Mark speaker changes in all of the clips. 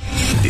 Speaker 1: The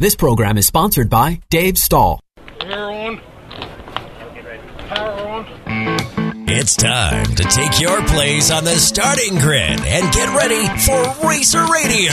Speaker 2: This program is sponsored by Dave Stahl.
Speaker 3: Power on. Power on.
Speaker 4: It's time to take your place on the starting grid and get ready for Racer Radio.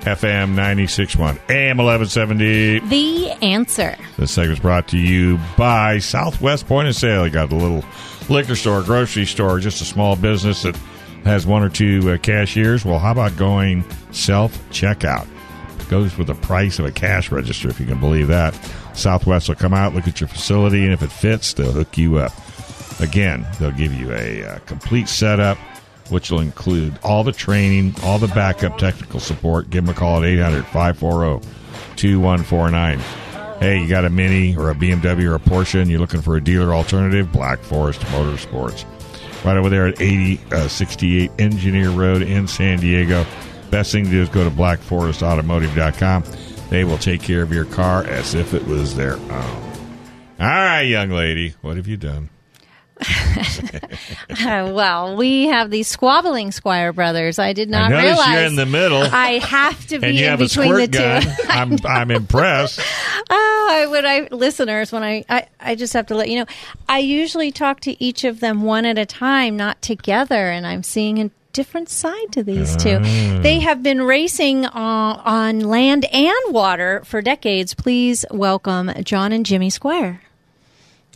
Speaker 5: FM 96.1, AM 1170.
Speaker 6: The answer.
Speaker 5: This segment's brought to you by Southwest Point of Sale. You got a little liquor store, grocery store, just a small business that has one or two uh, cashiers. Well, how about going self checkout? Goes with the price of a cash register, if you can believe that. Southwest will come out, look at your facility, and if it fits, they'll hook you up. Again, they'll give you a uh, complete setup, which will include all the training, all the backup technical support. Give them a call at 800 540 2149. Hey, you got a Mini or a BMW or a Porsche and you're looking for a dealer alternative? Black Forest Motorsports. Right over there at 8068 Engineer Road in San Diego. Best thing to do is go to blackforestautomotive.com. They will take care of your car as if it was their own. All right, young lady, what have you done?
Speaker 6: Uh, well, we have the squabbling Squire brothers. I did not
Speaker 5: I notice
Speaker 6: realize
Speaker 5: you're in the middle.
Speaker 6: I have to be
Speaker 5: and you
Speaker 6: in
Speaker 5: have a
Speaker 6: between
Speaker 5: squirt
Speaker 6: the
Speaker 5: gun.
Speaker 6: two.
Speaker 5: I'm, I'm impressed.
Speaker 6: Oh, I would I listeners when I, I I just have to let you know. I usually talk to each of them one at a time, not together, and I'm seeing a different side to these two.
Speaker 5: Ah.
Speaker 6: They have been racing uh, on land and water for decades. Please welcome John and Jimmy Squire.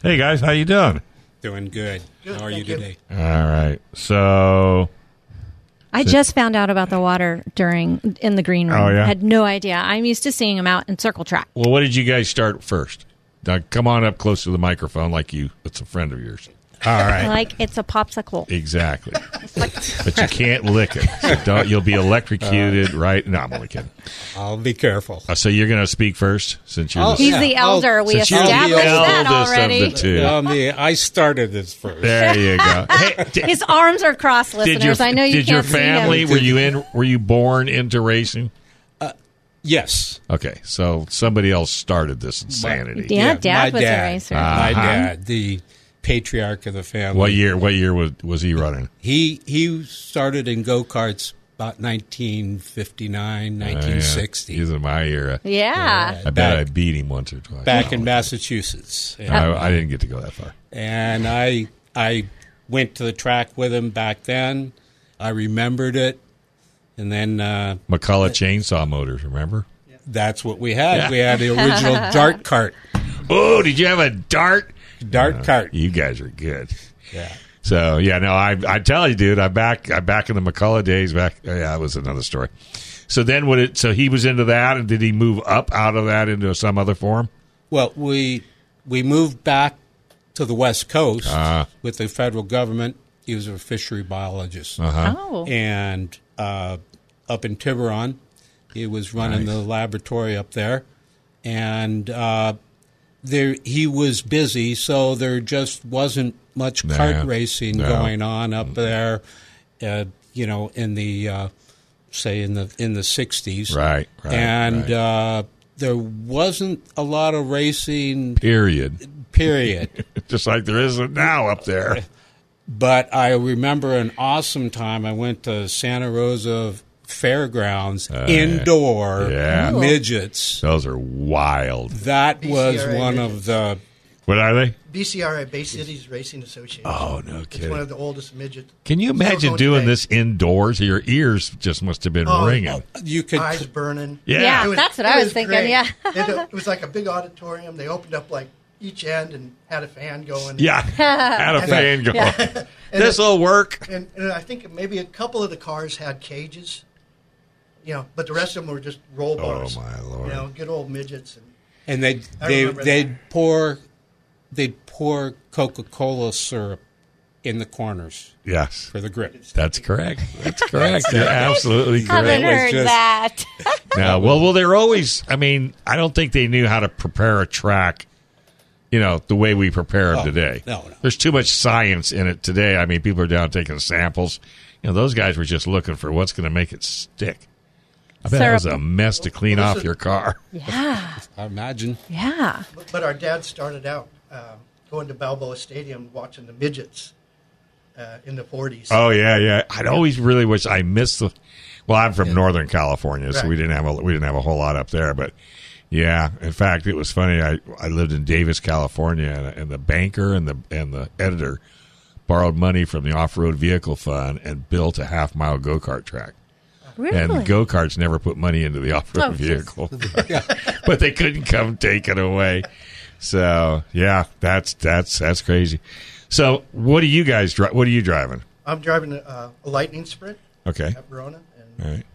Speaker 5: Hey, guys, how you doing?
Speaker 7: Doing good. How are you today?
Speaker 5: All right. So,
Speaker 6: I just found out about the water during in the green room.
Speaker 5: Oh, yeah?
Speaker 6: Had no idea. I'm used to seeing them out in circle track.
Speaker 5: well, what did you guys start first? Now, come on up close to the microphone like you, it's a friend of yours. All right.
Speaker 6: Like it's a popsicle.
Speaker 5: Exactly. but you can't lick it. So don't, you'll be
Speaker 6: Uh.
Speaker 5: electrocuted, right? No, I'm only kidding.
Speaker 7: I'll be careful.
Speaker 5: Uh, so you're going to speak first since you're
Speaker 7: Oh,
Speaker 5: the,
Speaker 6: He's
Speaker 7: yeah.
Speaker 6: the elder.
Speaker 7: Oh,
Speaker 6: we
Speaker 5: since you're the
Speaker 6: established that
Speaker 5: eldest
Speaker 6: already.
Speaker 5: of the two.
Speaker 7: Um, the, I started this first.
Speaker 5: There you go. Hey, d-
Speaker 6: His arms are crossed,
Speaker 5: did
Speaker 6: listeners.
Speaker 5: your,
Speaker 6: I know you
Speaker 5: did
Speaker 6: can't
Speaker 5: your
Speaker 6: see
Speaker 5: family,
Speaker 6: him.
Speaker 5: were you in, were you born into racing?
Speaker 7: Yes.
Speaker 5: Okay. So somebody else started this insanity.
Speaker 6: Yeah, Dad
Speaker 7: my
Speaker 6: was a racer.
Speaker 7: My
Speaker 5: Uh-huh.
Speaker 7: dad, the patriarch of the family.
Speaker 5: What year, what year was, was he running?
Speaker 7: He he started in go karts about 1959,
Speaker 5: Oh, yeah.
Speaker 7: 1960.
Speaker 5: He's in my era.
Speaker 6: yeah.
Speaker 5: I bet I
Speaker 7: Back-
Speaker 5: beat him once or twice.
Speaker 7: back
Speaker 5: No,
Speaker 7: in Massachusetts. And,
Speaker 5: I, I didn't get to go that far.
Speaker 7: and I I went to the track with him back then. I remembered it, and then uh,
Speaker 5: McCullough chainsaw motors, remember?
Speaker 7: that's what we had. We had the original dart cart,
Speaker 5: Oh, did you have a dart?
Speaker 7: dart cart.
Speaker 5: You guys are good.
Speaker 7: Yeah.
Speaker 5: So yeah, no, I I tell you, dude, I back I back in the McCullough days. Back yeah, that was another story. So then, would it? So he was into that, and did he move up out of that into some other form?
Speaker 7: Well, we we moved back to the West Coast with the federal government. He was a fishery biologist,
Speaker 6: Oh.
Speaker 7: and uh, up in Tiburon, he was running the laboratory up there, and uh, there he was busy, so there just wasn't much
Speaker 5: No.
Speaker 7: kart racing
Speaker 5: No.
Speaker 7: going on up there. Uh, you know, in the uh, say in the in the sixties,
Speaker 5: Right, right,
Speaker 7: and
Speaker 5: right.
Speaker 7: Uh, there wasn't a lot of racing
Speaker 5: Period.
Speaker 7: period.
Speaker 5: Just like there isn't now up there.
Speaker 7: but I remember an awesome time. I went to Santa Rosa Fairgrounds indoor
Speaker 5: Uh, Yeah. Cool.
Speaker 7: midgets.
Speaker 5: Those are wild.
Speaker 7: That was
Speaker 8: BCRA
Speaker 7: one of the
Speaker 5: What are they?
Speaker 8: BCRA, Bay Cities Racing Association.
Speaker 5: Oh
Speaker 8: it's
Speaker 5: no
Speaker 8: one
Speaker 5: kidding!
Speaker 8: of the oldest midget.
Speaker 5: Can you
Speaker 8: still
Speaker 5: imagine
Speaker 8: going
Speaker 5: doing
Speaker 8: today.
Speaker 5: this indoors? Your ears just must have been
Speaker 8: Oh,
Speaker 5: ringing.
Speaker 7: you could
Speaker 8: Eyes burning.
Speaker 5: Yeah.
Speaker 6: Yeah.
Speaker 8: It
Speaker 6: That's what I
Speaker 8: it
Speaker 6: was thinking, yeah.
Speaker 8: it, it was like a big auditorium. They opened up like each end and had a fan going.
Speaker 5: Yeah. Had a fan going.
Speaker 8: And it-
Speaker 5: This'll work.
Speaker 8: and, and I think maybe a couple of the cars had cages, you know, but the rest of them were just roll
Speaker 5: Oh,
Speaker 8: bars.
Speaker 5: my Lord.
Speaker 8: You know, good old midgets. And
Speaker 9: and they
Speaker 8: I
Speaker 9: they
Speaker 8: remember
Speaker 9: they'd
Speaker 8: that.
Speaker 9: pour they'd pour Coca Cola syrup in the corners
Speaker 5: Yes.
Speaker 9: for the grip.
Speaker 5: That's correct. That's correct. You're absolutely
Speaker 6: Haven't
Speaker 5: correct.
Speaker 9: was
Speaker 6: heard
Speaker 9: just-
Speaker 6: that.
Speaker 5: Now, well, well, they're always. I mean, I don't think they knew how to prepare a track. You know the way we prepare them
Speaker 9: Oh,
Speaker 5: today.
Speaker 9: no, no.
Speaker 5: There's too much science in it today. I mean, people are down taking samples. You know, those guys were just looking for what's going to make it stick. I bet it was
Speaker 6: Syrup.
Speaker 5: a mess to clean
Speaker 8: Well,
Speaker 5: off
Speaker 8: this is-
Speaker 5: your car.
Speaker 6: yeah,
Speaker 9: I imagine.
Speaker 6: yeah.
Speaker 8: but, but our dad started out um, going to Balboa Stadium watching the midgets uh, in the 40s.
Speaker 5: Oh yeah, yeah. I'd always really wish I missed the. Well, I'm from Northern California, so
Speaker 8: Right.
Speaker 5: we didn't have a we didn't have a whole lot up there. But yeah, in fact, it was funny. I I lived in Davis, California, and, and the banker and the and the editor borrowed money from the off road vehicle fund and built a half mile go kart track.
Speaker 6: Really?
Speaker 5: And go karts never put money into the off road
Speaker 6: Oh, geez.
Speaker 5: vehicle, but they couldn't come take it away. So yeah, that's that's that's crazy. So what do you guys drive? What are you driving?
Speaker 8: I'm driving a, uh, a Lightning Sprint
Speaker 5: Okay,
Speaker 8: at Verona, and
Speaker 5: all right.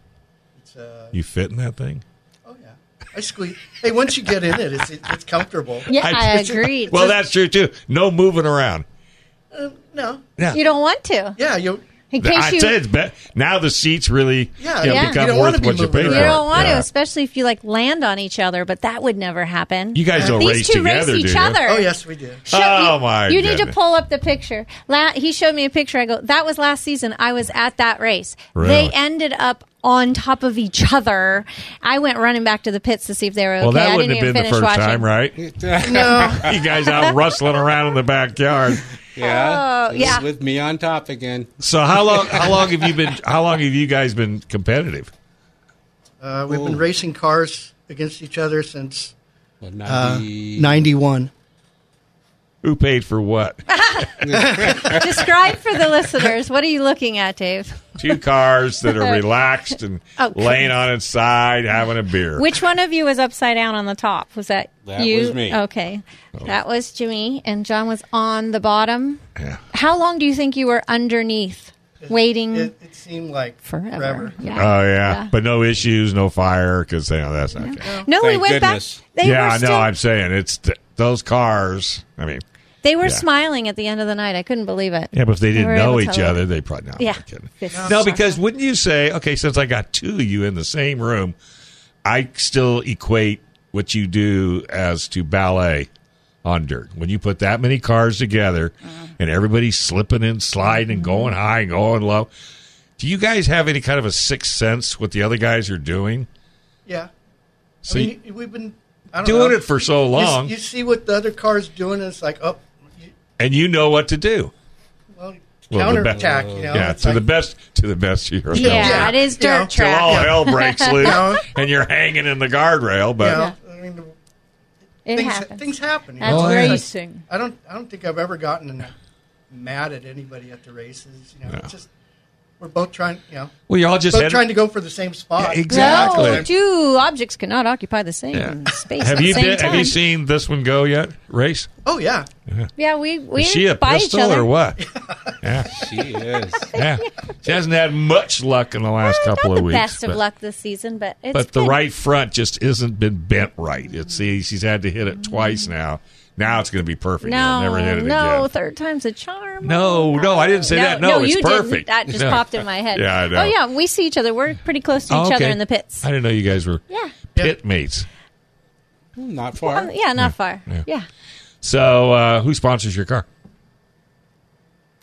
Speaker 8: it's uh,
Speaker 5: You fit in that thing?
Speaker 8: oh yeah, I squeeze. hey, once you get in it, it's it's comfortable.
Speaker 6: Yeah, I,
Speaker 5: I-
Speaker 6: agreed.
Speaker 5: Well, that's true too. No moving around.
Speaker 8: Uh, No,
Speaker 5: Yeah,
Speaker 6: you don't want to.
Speaker 8: yeah, you
Speaker 6: In
Speaker 5: Th-
Speaker 6: case
Speaker 5: I'd
Speaker 6: you,
Speaker 5: say it's bet now the seats really
Speaker 8: Yeah,
Speaker 5: you know,
Speaker 6: yeah. You
Speaker 5: become
Speaker 8: don't wanna
Speaker 5: worth
Speaker 8: be
Speaker 5: what you
Speaker 8: moving
Speaker 5: pay
Speaker 8: around.
Speaker 5: for.
Speaker 6: you don't want
Speaker 5: Yeah.
Speaker 6: to, especially if you like land on each other. But that would never happen.
Speaker 5: You guys don't
Speaker 6: These
Speaker 5: race
Speaker 6: two
Speaker 5: together,
Speaker 6: race
Speaker 5: do
Speaker 6: each
Speaker 5: you?
Speaker 6: other.
Speaker 8: oh yes, we do.
Speaker 6: Show-
Speaker 5: Oh,
Speaker 6: you,
Speaker 5: my
Speaker 6: You need to
Speaker 5: goodness.
Speaker 6: pull up the picture. La- he showed me a picture. I go, that was last season. I was at that race.
Speaker 5: Really?
Speaker 6: They ended up on top of each other. I went running back to the pits to see if they were okay.
Speaker 5: Well, that
Speaker 6: I
Speaker 5: wouldn't have
Speaker 6: didn't even
Speaker 5: been the
Speaker 6: finish
Speaker 5: first time,
Speaker 6: watching.
Speaker 5: right? you guys out rustling around in the backyard.
Speaker 9: Yeah.
Speaker 6: Oh, yeah.
Speaker 9: With me on top again.
Speaker 5: So how long? How long have you been? How long have you guys been competitive?
Speaker 8: Uh, we've been racing cars against each other since uh,
Speaker 9: Well, 90
Speaker 8: '91.
Speaker 5: Who paid for what?
Speaker 6: Describe for the listeners. What are you looking at, Dave?
Speaker 5: Two cars that are relaxed and
Speaker 6: Oh,
Speaker 5: laying
Speaker 6: goodness.
Speaker 5: on its side, having a beer.
Speaker 6: Which one of you was upside down on the top? Was that,
Speaker 9: That
Speaker 6: you?
Speaker 9: was me.
Speaker 6: Okay.
Speaker 5: Oh.
Speaker 6: That was Jimmy, and John was on the bottom.
Speaker 5: Yeah.
Speaker 6: How long do you think you were underneath waiting
Speaker 8: It, it seemed like
Speaker 6: forever?
Speaker 8: forever.
Speaker 5: Oh yeah. but no issues, no fire, because you know that's not. good.
Speaker 6: No, we
Speaker 9: Thank
Speaker 6: went
Speaker 9: goodness.
Speaker 6: back. They
Speaker 5: yeah,
Speaker 6: were
Speaker 5: I
Speaker 6: still,
Speaker 5: know. I'm saying it's th- those cars. I mean,
Speaker 6: they were
Speaker 5: yeah.
Speaker 6: smiling at the end of the night. I couldn't believe it.
Speaker 5: yeah, but if they didn't
Speaker 6: were
Speaker 5: know
Speaker 6: able to
Speaker 5: each
Speaker 6: tell.
Speaker 5: other, they probably not.
Speaker 6: Yeah.
Speaker 5: kidding.
Speaker 6: Fist
Speaker 5: No,
Speaker 6: bump.
Speaker 5: because wouldn't you say, okay, since I got two of you in the same room, I still equate what you do as to ballet on dirt. When you put that many cars together
Speaker 6: Uh-huh.
Speaker 5: and everybody's slipping and sliding
Speaker 6: Mm-hmm.
Speaker 5: and going high and going low, do you guys have any kind of a sixth sense what the other guys are doing?
Speaker 8: Yeah.
Speaker 5: So
Speaker 8: I
Speaker 5: you-
Speaker 8: mean, you- we've been I don't
Speaker 5: Doing
Speaker 8: know.
Speaker 5: it for so
Speaker 8: You s-
Speaker 5: long.
Speaker 8: You, see what the other car's doing, and it's like, oh, you,
Speaker 5: and you know what to do.
Speaker 8: well,
Speaker 5: Well, the be-
Speaker 8: counterattack. you know,
Speaker 5: yeah,
Speaker 8: it's
Speaker 5: to the
Speaker 8: like-
Speaker 5: best, to the best of your
Speaker 6: yeah,
Speaker 5: ability.
Speaker 8: Yeah.
Speaker 6: it is dirt
Speaker 8: Yeah.
Speaker 5: till
Speaker 6: track.
Speaker 5: all hell breaks loose
Speaker 8: Yeah.
Speaker 5: and you're hanging in the guardrail.
Speaker 8: You
Speaker 5: But
Speaker 8: know, I mean,
Speaker 6: It
Speaker 8: things
Speaker 6: happens.
Speaker 8: things happen. you
Speaker 6: That's
Speaker 8: know?
Speaker 5: Oh, yeah.
Speaker 6: racing.
Speaker 8: I don't I don't think I've ever gotten mad at anybody at the races. You know, it's just we're both trying. You know,
Speaker 5: well, y'all just
Speaker 8: both
Speaker 5: had,
Speaker 8: trying to go for the same spot.
Speaker 5: Yeah, Exactly.
Speaker 6: No, two objects cannot occupy the same space.
Speaker 5: Have
Speaker 6: at
Speaker 5: you
Speaker 6: the same
Speaker 5: been, have
Speaker 6: time.
Speaker 5: you seen this one go yet? Race?
Speaker 8: Oh yeah,
Speaker 6: Yeah, we we
Speaker 5: Is she a
Speaker 6: didn't buy each
Speaker 5: pistol
Speaker 6: other.
Speaker 5: or what? yeah,
Speaker 9: She is.
Speaker 5: yeah. She hasn't had much luck in the last
Speaker 6: Well,
Speaker 5: couple
Speaker 6: not
Speaker 5: of
Speaker 6: the
Speaker 5: weeks.
Speaker 6: best of
Speaker 5: but-
Speaker 6: luck this season, but it's
Speaker 5: but the
Speaker 6: been-
Speaker 5: right front just isn't been bent right. It's see, she's had to hit it twice now. Now it's going to be perfect.
Speaker 6: Mm. No,
Speaker 5: You'll never hit it
Speaker 6: no,
Speaker 5: again.
Speaker 6: third time's a charm.
Speaker 5: No, no, I didn't say that. No, it's
Speaker 6: you didn't.
Speaker 5: perfect.
Speaker 6: That just
Speaker 5: No.
Speaker 6: popped in my head.
Speaker 5: Yeah, I know.
Speaker 6: Oh yeah, we see each other. We're pretty close to
Speaker 5: Oh,
Speaker 6: each other
Speaker 5: okay.
Speaker 6: in the pits.
Speaker 5: I didn't know you guys were
Speaker 6: Yeah.
Speaker 5: pit mates.
Speaker 9: Hmm, Not far.
Speaker 6: Um, yeah, not far. Yeah.
Speaker 5: So, uh, who sponsors your car?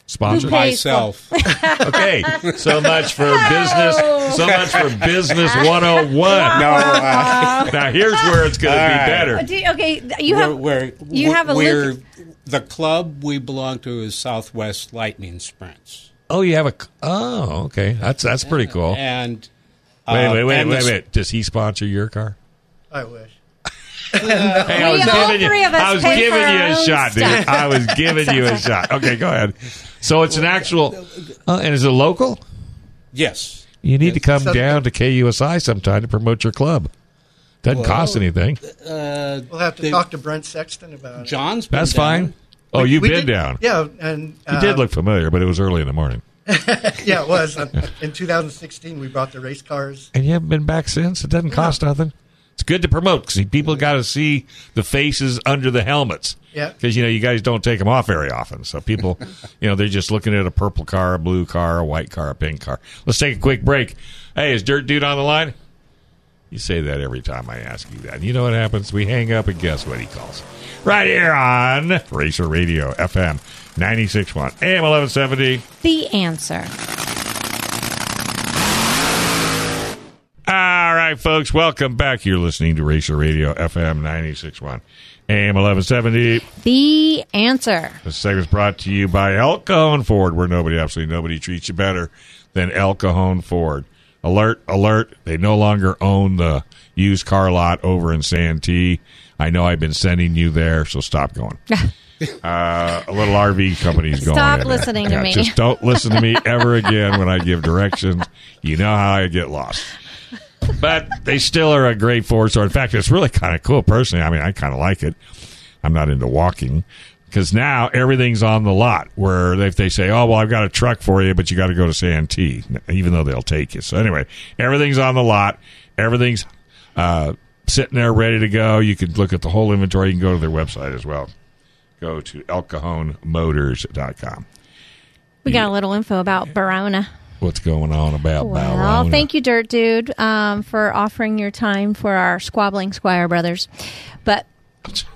Speaker 5: Sponsor
Speaker 9: Myself.
Speaker 5: Okay, so much for business. So much for business 101.
Speaker 9: no, uh,
Speaker 5: Now here's where it's going to
Speaker 9: All
Speaker 5: be
Speaker 9: right.
Speaker 5: better.
Speaker 6: Uh, do you- okay, th- you have
Speaker 9: we're, we're,
Speaker 6: you have a
Speaker 9: we're,
Speaker 6: look-
Speaker 9: The club we belong to is Southwest Lightning Sprints.
Speaker 5: Oh, you have a. c- Oh, okay. That's that's pretty cool.
Speaker 9: And
Speaker 5: Wait,
Speaker 9: uh,
Speaker 5: wait, wait,
Speaker 9: and the
Speaker 5: wait, wait. Does he sponsor your car?
Speaker 8: I wish.
Speaker 5: Hey, I
Speaker 6: We
Speaker 5: was
Speaker 6: all
Speaker 5: giving you,
Speaker 6: three of us
Speaker 5: I was
Speaker 6: pay for
Speaker 5: giving
Speaker 6: our
Speaker 5: you a
Speaker 6: own
Speaker 5: shot, dude.
Speaker 6: stuff.
Speaker 5: I was giving you a shot. Okay, go ahead. So it's an actual. Uh, and is it local?
Speaker 9: Yes.
Speaker 5: You need to come
Speaker 8: Southern-
Speaker 5: down to KUSI sometime to promote your club. Doesn't cost anything.
Speaker 9: Uh,
Speaker 8: We'll have to
Speaker 9: they-
Speaker 8: talk to Brent Sexton about it.
Speaker 9: John's been
Speaker 5: That's
Speaker 9: down.
Speaker 5: fine. Oh, you've
Speaker 8: We
Speaker 5: been
Speaker 8: did-
Speaker 5: down.
Speaker 8: Yeah, and
Speaker 5: You
Speaker 8: uh,
Speaker 5: did look familiar, but it was early in the morning.
Speaker 8: Yeah, it was. In 2016, we brought the race cars.
Speaker 5: and you haven't been back since. It doesn't cost nothing. It's good to promote because people got to see the faces under the helmets.
Speaker 8: Yeah.
Speaker 5: because you know you guys don't take them off very often, so people, you know, they're just looking at a purple car, a blue car, a white car, a pink car. Let's take a quick break. Hey, is Dirt Dude on the line? You say that every time I ask you that. And you know what happens? We hang up and guess what he calls. Right here on Racer Radio FM 96.1 AM 1170.
Speaker 6: The answer.
Speaker 5: All right, folks, welcome back. You're listening to Racer Radio FM 96.1 AM 1170.
Speaker 6: The answer.
Speaker 5: This segment's brought to you by El Cajon Ford, where nobody, absolutely nobody treats you better than El Cajon Ford. Alert, alert. They no longer own the used car lot over in Santee. I know I've been sending you there, so stop going. uh, a little RV company's going.
Speaker 6: Stop
Speaker 5: in.
Speaker 6: listening to
Speaker 5: Yeah,
Speaker 6: me.
Speaker 5: Just don't listen to me ever again when I give directions. You know how I get lost but they still are a great Ford store. In fact, it's really kind of cool personally. I mean, I kind of like it. I'm not into walking because now everything's on the lot where if they say, oh, well, I've got a truck for you, but you got to go to Santee, even though they'll take you. So anyway, everything's on the lot. Everything's uh, sitting there ready to go. You can look at the whole inventory. You can go to their website as well. Go to elcajonmotors.com.
Speaker 6: We got a little info about Barona.
Speaker 5: What's going on about
Speaker 6: Well,
Speaker 5: Ballerina?
Speaker 6: thank you, Dirt Dude, um, for offering your time for our squabbling Squire brothers. But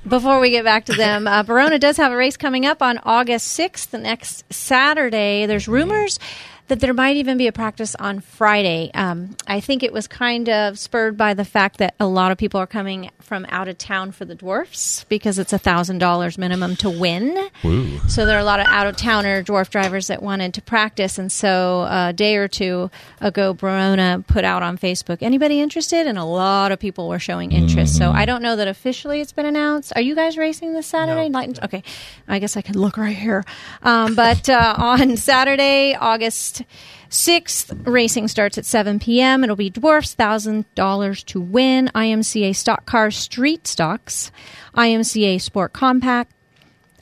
Speaker 6: before we get back to them, uh, Verona does have a race coming up on August 6th, the next Saturday. There's rumors that there might even be a practice on Friday. Um, I think it was kind of spurred by the fact that a lot of people are coming from out of town for the dwarfs because it's a $1,000 minimum to win.
Speaker 5: Ooh.
Speaker 6: So there are a lot of out of towner dwarf drivers that wanted to practice, and so a day or two ago, Barona put out on Facebook, "Anybody interested?" And a lot of people were showing interest. So I don't know that officially it's been announced. Are you guys racing this Saturday? Light- Okay, I guess I could look right here. Um, but uh, on Saturday, August. Sixth racing starts at 7 p.m. It'll be dwarfs, thousand dollars to win. IMCA stock cars, street stocks, IMCA sport compact,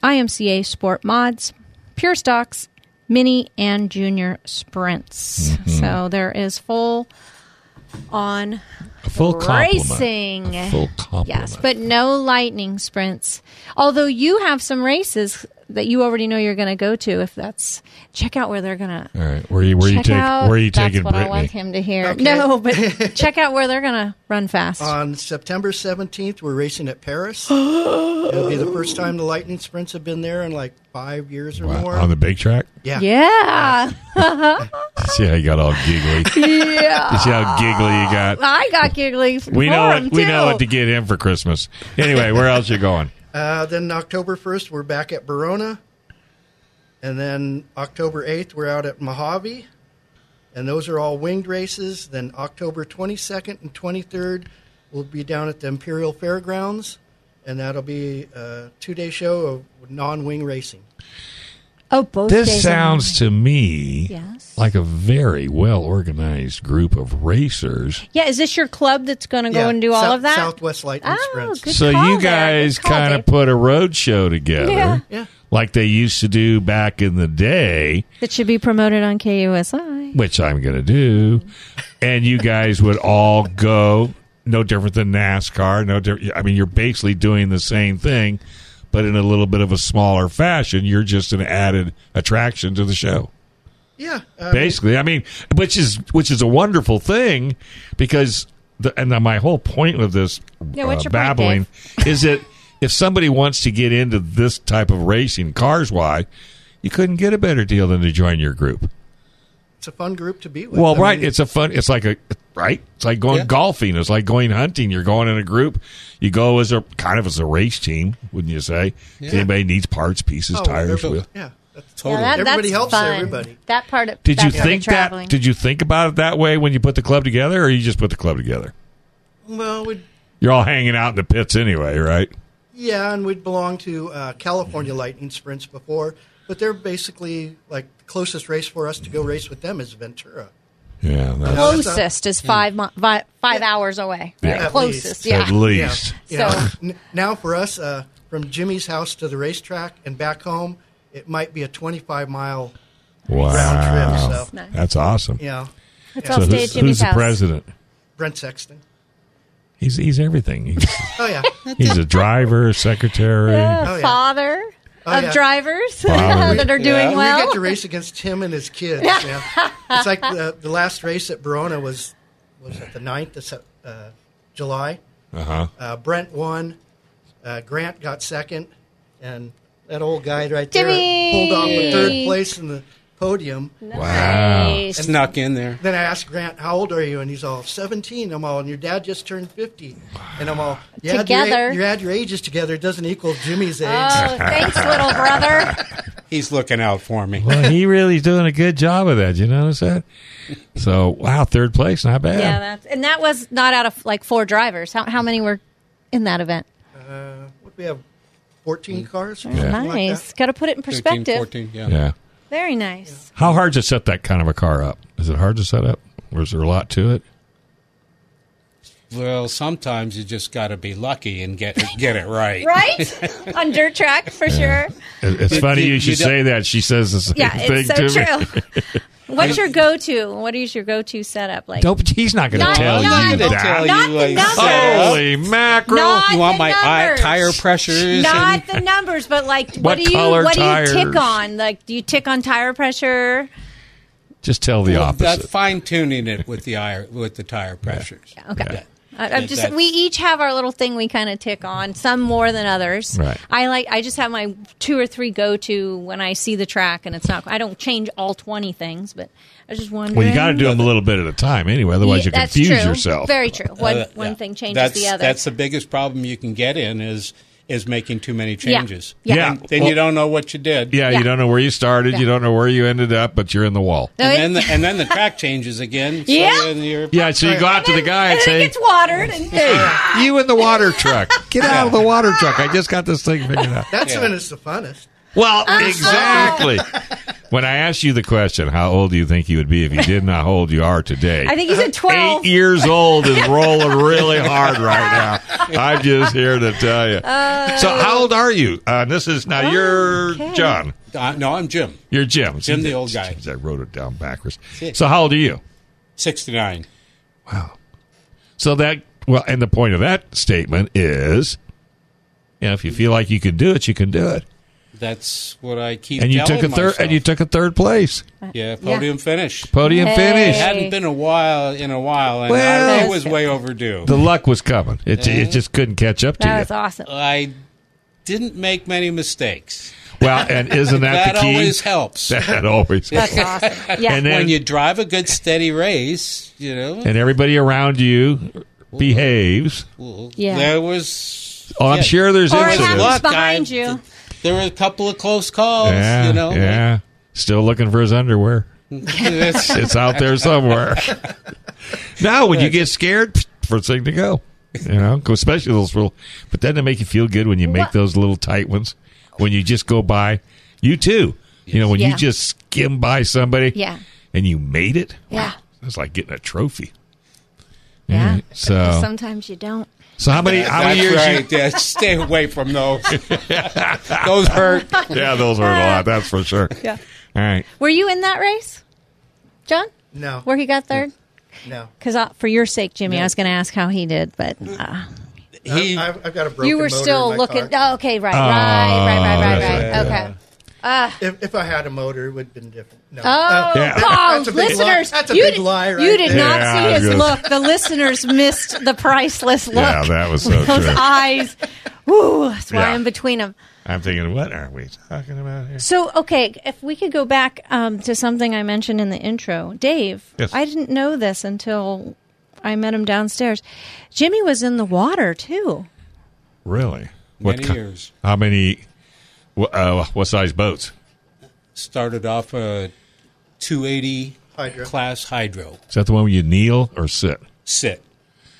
Speaker 6: IMCA Sport Mods, Pure Stocks, Mini, and Junior Sprints.
Speaker 5: Mm-hmm.
Speaker 6: So there is full on
Speaker 5: A full compliment.
Speaker 6: racing.
Speaker 5: A full compliment.
Speaker 6: Yes, but no lightning sprints. Although you have some races that you already know you're going to go to. If that's check out where they're going to.
Speaker 5: All right, where you where you
Speaker 6: check
Speaker 5: take
Speaker 6: out.
Speaker 5: where you
Speaker 6: That's
Speaker 5: taking
Speaker 6: what I want
Speaker 5: Brittany?
Speaker 6: him to hear. No, but check out where they're going to run fast.
Speaker 8: On September 17th, we're racing at Paris. It'll be the first time the lightning sprints have been there in like five years or
Speaker 5: Wow,
Speaker 8: more.
Speaker 5: on the big track.
Speaker 8: yeah.
Speaker 6: yeah,
Speaker 5: See how you got all giggly. yeah. You see how giggly you got.
Speaker 6: I got giggly. For
Speaker 5: We know
Speaker 6: Ah, him,
Speaker 5: what we
Speaker 6: too.
Speaker 5: know what to get him for Christmas. Anyway, where else you going?
Speaker 8: Uh, then October 1st, we're back at Verona. And then October 8th, we're out at Mojave. And those are all winged races. Then October 22nd and 23rd, we'll be down at the Imperial Fairgrounds. And that'll be a two day show of non wing racing.
Speaker 6: Oh, both
Speaker 5: This
Speaker 6: days are-
Speaker 5: sounds to me
Speaker 6: Yes.
Speaker 5: like a very well organized group of racers.
Speaker 6: Yeah, is this your club that's going to go
Speaker 8: Yeah,
Speaker 6: and do all
Speaker 8: Sou-
Speaker 6: of that?
Speaker 8: Southwest Lightning
Speaker 6: Oh,
Speaker 8: Sprints.
Speaker 6: good
Speaker 5: so
Speaker 6: call there.
Speaker 5: you
Speaker 6: Good
Speaker 5: guys
Speaker 6: call,
Speaker 5: kind of
Speaker 6: Dave.
Speaker 5: put a road show together.
Speaker 6: Yeah.
Speaker 8: Yeah.
Speaker 5: Like they used to do back in the day.
Speaker 6: that should be promoted on KUSI.
Speaker 5: which I'm going to do, and you guys would all go. No different than NASCAR. No different. I mean, you're basically doing the same thing, but in a little bit of a smaller fashion. You're just an added attraction to the show,
Speaker 8: Yeah. Uh,
Speaker 5: basically. I mean, which is which is a wonderful thing because the, and my whole point with this uh,
Speaker 6: Yeah, what's your point,
Speaker 5: babbling is that if somebody wants to get into this type of racing, cars wise, you couldn't get a better deal than to join your group.
Speaker 8: it's a fun group to be with.
Speaker 5: Well,
Speaker 8: I
Speaker 5: right.
Speaker 8: mean,
Speaker 5: It's a fun. It's like a right. It's like going
Speaker 9: Yeah.
Speaker 5: golfing. It's like going hunting. You're going in a group. You go as a kind of as a race team, wouldn't you say? If Anybody needs parts, pieces,
Speaker 8: Oh,
Speaker 5: tires,
Speaker 9: everybody-
Speaker 5: wheel.
Speaker 8: yeah. That's
Speaker 9: Totally.
Speaker 6: Yeah, that-
Speaker 8: Everybody
Speaker 6: that's
Speaker 8: helps
Speaker 6: fun.
Speaker 8: everybody.
Speaker 6: That part. Of,
Speaker 5: Did
Speaker 6: that
Speaker 5: you
Speaker 6: part of
Speaker 5: think
Speaker 6: traveling.
Speaker 5: that? Did you think about it that way when you put the club together, or you just put the club together?
Speaker 8: well, we'd,
Speaker 5: You're all hanging out in the pits anyway, right?
Speaker 8: yeah, and we'd belonged to uh, California Lightning Sprints before, but they're basically like the closest race for us to go race with them is Ventura.
Speaker 5: Yeah, that's
Speaker 8: No, it's not-
Speaker 6: Closest is five mo- vi- five hours away.
Speaker 5: Yeah.
Speaker 8: At least.
Speaker 6: Closest, yeah.
Speaker 5: at least.
Speaker 8: You know,
Speaker 6: So-
Speaker 8: n- now for us, uh, from Jimmy's house to the racetrack and back home, it might be a 25 mile. Round
Speaker 5: Wow,
Speaker 8: trip, so.
Speaker 6: Nice.
Speaker 5: that's awesome.
Speaker 8: You know,
Speaker 6: Let's
Speaker 5: So
Speaker 6: all stay at
Speaker 5: who's, who's
Speaker 6: Jimmy's
Speaker 5: the
Speaker 6: house.
Speaker 5: president?
Speaker 8: Brent Sexton.
Speaker 5: He's he's everything. He's,
Speaker 8: Oh yeah,
Speaker 5: he's a driver, a secretary.
Speaker 6: The
Speaker 8: Oh, yeah.
Speaker 6: father
Speaker 8: Oh,
Speaker 6: of
Speaker 8: yeah.
Speaker 6: drivers
Speaker 5: Father.
Speaker 6: that are doing
Speaker 7: Yeah.
Speaker 8: we
Speaker 6: well.
Speaker 8: get to race against him and his kids. yeah. It's like the, the last race at Verona was was at the 9th of Sep- uh, July.
Speaker 5: Uh-huh.
Speaker 8: Uh, Brent won. Uh, Grant got second, and that old guy right
Speaker 6: Jimmy!
Speaker 8: there pulled off the third place in the podium.
Speaker 5: Wow.
Speaker 6: Nice.
Speaker 7: Snuck in there.
Speaker 8: Then I asked Grant, "How old are you?" And he's all, 17. I'm all, and your dad just turned 50. And I'm all, yeah,
Speaker 6: Together.
Speaker 8: Your, you add your ages together it doesn't equal Jimmy's age.
Speaker 6: Oh, thanks, little brother.
Speaker 7: He's looking out for me.
Speaker 5: Well, he really's doing a good job of that. You notice that? So wow, third place, not bad.
Speaker 6: Yeah, that's and that was not out of like four drivers. How how many were in that event?
Speaker 8: What, we have 14 cars. or something like that.
Speaker 6: Nice. Got to put it in
Speaker 7: 13,
Speaker 6: perspective.
Speaker 7: 14, yeah.
Speaker 5: yeah.
Speaker 6: Very nice.
Speaker 5: How hard to set that kind of a car up? Is it hard to set up, or is there a lot to it?
Speaker 7: Well, sometimes you just got to be lucky and get get it right.
Speaker 6: Right on dirt track for sure.
Speaker 5: It- It's
Speaker 7: You-
Speaker 5: funny you,
Speaker 7: you- you
Speaker 5: should
Speaker 7: don't-
Speaker 5: say that. She says the same
Speaker 6: Yeah,
Speaker 5: thing
Speaker 6: it's so
Speaker 5: to me.
Speaker 6: true. What's your go to? What is your go to setup like?
Speaker 5: Dope. He's not going to
Speaker 6: Not-
Speaker 5: tell
Speaker 6: not
Speaker 5: you
Speaker 6: the-
Speaker 7: Didn't
Speaker 5: that.
Speaker 7: tell
Speaker 6: Not the
Speaker 7: you, like,
Speaker 6: numbers.
Speaker 7: so-
Speaker 5: Holy mackerel!
Speaker 6: Not
Speaker 7: You want
Speaker 6: the
Speaker 7: my eye,
Speaker 6: numbers.
Speaker 7: tire pressures?
Speaker 6: Not
Speaker 7: and-
Speaker 6: the numbers, but like what,
Speaker 5: What
Speaker 6: do you
Speaker 5: color
Speaker 6: what do you
Speaker 5: tires?
Speaker 6: tick on? Like do you tick on tire pressure?
Speaker 5: Just tell the opposite.
Speaker 7: That fine tuning it with the ire, with the tire pressures.
Speaker 6: Okay.
Speaker 5: Yeah.
Speaker 6: I, I'm just
Speaker 7: That's-
Speaker 6: we each have our little thing we kind of tick on, some more than others.
Speaker 5: Right.
Speaker 6: I like I just have my two or three go to when I see the track, and it's not I don't change all twenty things, but I was just wondering.
Speaker 5: well, you got to do them a little bit at a time, anyway. Otherwise, you
Speaker 6: Yeah, that's
Speaker 5: confuse
Speaker 6: true.
Speaker 5: yourself.
Speaker 6: Very true. One
Speaker 7: Uh,
Speaker 6: one
Speaker 7: yeah.
Speaker 6: thing changes
Speaker 7: that's,
Speaker 6: the other.
Speaker 7: That's the biggest problem you can get in is is making too many
Speaker 6: Yeah.
Speaker 7: changes.
Speaker 6: Yeah.
Speaker 5: Yeah.
Speaker 6: And
Speaker 7: Then
Speaker 5: Well,
Speaker 7: you don't know what you did.
Speaker 5: Yeah,
Speaker 6: Yeah.
Speaker 5: you don't know where you started. You
Speaker 6: Yeah.
Speaker 5: don't know where you ended up, but you're in the wall.
Speaker 6: No,
Speaker 7: And
Speaker 6: it-
Speaker 7: then the, and then the track changes again. So
Speaker 6: Yeah.
Speaker 7: then you're-
Speaker 5: Yeah, so you go out to the guy and
Speaker 6: and it
Speaker 5: say,
Speaker 6: gets watered and
Speaker 5: "Hey, you in the water truck? Get out of the water truck! I just got this thing figured out."
Speaker 8: That's
Speaker 7: Yeah.
Speaker 8: when it's the funnest.
Speaker 5: Well, exactly. When I asked you the question, how old do you think you would be if you didn't know how old you are today?
Speaker 6: I think you said twelve.
Speaker 5: Eight years old is rolling really hard right now. I'm just here to tell you. so, how old are you? Uh, this is now you're
Speaker 6: Oh. okay.
Speaker 5: John.
Speaker 7: Uh, no, I'm Jim.
Speaker 5: You're Jim.
Speaker 7: Jim, the old guy.
Speaker 5: I wrote it down backwards. So, how old are you?
Speaker 7: Sixty nine.
Speaker 5: So that well, and the point of that statement is, you know, if you feel like you can do it, you can do it.
Speaker 7: That's what I keep.
Speaker 5: And you
Speaker 7: telling
Speaker 5: took a third,
Speaker 7: myself.
Speaker 5: and you took a third place,
Speaker 7: yeah podium finish.
Speaker 5: podium
Speaker 6: Hey.
Speaker 7: It
Speaker 5: finish.
Speaker 7: hadn't been a while in a while, and
Speaker 5: Well-
Speaker 7: I, it was way overdue.
Speaker 5: The luck was coming. It,
Speaker 7: Mm-hmm.
Speaker 5: it just couldn't catch up to
Speaker 6: that
Speaker 5: you.
Speaker 6: was awesome.
Speaker 7: I didn't make many mistakes.
Speaker 5: Well, and isn't that,
Speaker 7: That
Speaker 5: the key?
Speaker 7: always helps.
Speaker 5: that always.
Speaker 6: That's awesome. Yeah.
Speaker 5: And then
Speaker 7: when you drive a good steady race, you know,
Speaker 5: and everybody around you behaves.
Speaker 6: Yeah.
Speaker 7: there was.
Speaker 5: Oh, I'm
Speaker 7: yeah,
Speaker 5: sure there's
Speaker 6: Or it
Speaker 5: incidents.
Speaker 6: happens
Speaker 7: Luck,
Speaker 6: behind
Speaker 7: I-
Speaker 6: you.
Speaker 7: There were a couple of close calls.
Speaker 5: yeah,
Speaker 7: you know,
Speaker 5: yeah. Still looking for his underwear.
Speaker 7: It's-
Speaker 5: It's out there somewhere. now, when you get scared, pfft, first thing to go. You know, 'cause especially those little. But doesn't it make you feel good when you make
Speaker 6: What?
Speaker 5: those little tight ones? When you just go by, you too. You know, when
Speaker 6: Yeah.
Speaker 5: you just skim by somebody,
Speaker 6: Yeah.
Speaker 5: and you made it.
Speaker 6: Yeah.
Speaker 5: it's like getting a trophy.
Speaker 6: Yeah.
Speaker 5: Yeah,
Speaker 6: Oh.
Speaker 5: so-
Speaker 6: sometimes you don't.
Speaker 5: So how many? How many
Speaker 7: That's
Speaker 5: years? you-
Speaker 7: right. Yeah, stay away from those. those hurt.
Speaker 5: yeah, those hurt a lot. That's for sure. Yeah. All right.
Speaker 6: Were you in that race, John?
Speaker 8: No,
Speaker 6: Where he got third?
Speaker 8: no.
Speaker 6: Because uh, for your sake, Jimmy, I was going to ask how he did, but uh,
Speaker 7: He,
Speaker 8: I've, I've got a broken
Speaker 6: you were
Speaker 8: motor in
Speaker 6: still
Speaker 8: my car.
Speaker 6: looking.
Speaker 8: Oh,
Speaker 6: Oh, okay, right, right, right, right, right,
Speaker 5: that's
Speaker 6: right.
Speaker 5: right,
Speaker 6: Okay.
Speaker 8: If, if I had a motor, it would have been different. No. Uh,
Speaker 6: Oh,
Speaker 5: Yeah.
Speaker 6: Paul,
Speaker 8: That's a big lie.
Speaker 6: listeners,
Speaker 8: That's a
Speaker 6: you
Speaker 8: big
Speaker 6: did,
Speaker 8: lie right
Speaker 6: you did
Speaker 8: there.
Speaker 6: not
Speaker 5: Yeah,
Speaker 6: see
Speaker 5: I
Speaker 6: his
Speaker 5: was gonna-
Speaker 6: look. The listeners missed the priceless look.
Speaker 5: Yeah, that was so
Speaker 6: Those
Speaker 5: true.
Speaker 6: eyes. Ooh, that's why
Speaker 5: Yeah.
Speaker 6: I'm between them.
Speaker 5: I'm thinking, what are we talking about here?
Speaker 6: So, okay, if we could go back um, to something I mentioned in the intro, Dave,
Speaker 5: Yes.
Speaker 6: I didn't know this until I met him downstairs. Jimmy was in the water too.
Speaker 5: Really?
Speaker 7: Many
Speaker 5: ki-
Speaker 7: years.
Speaker 5: How many? wh- Uh, what size boats?
Speaker 7: started off a 280
Speaker 8: Hydro.
Speaker 7: class hydro
Speaker 5: Is that the one where you kneel or sit?
Speaker 7: sit.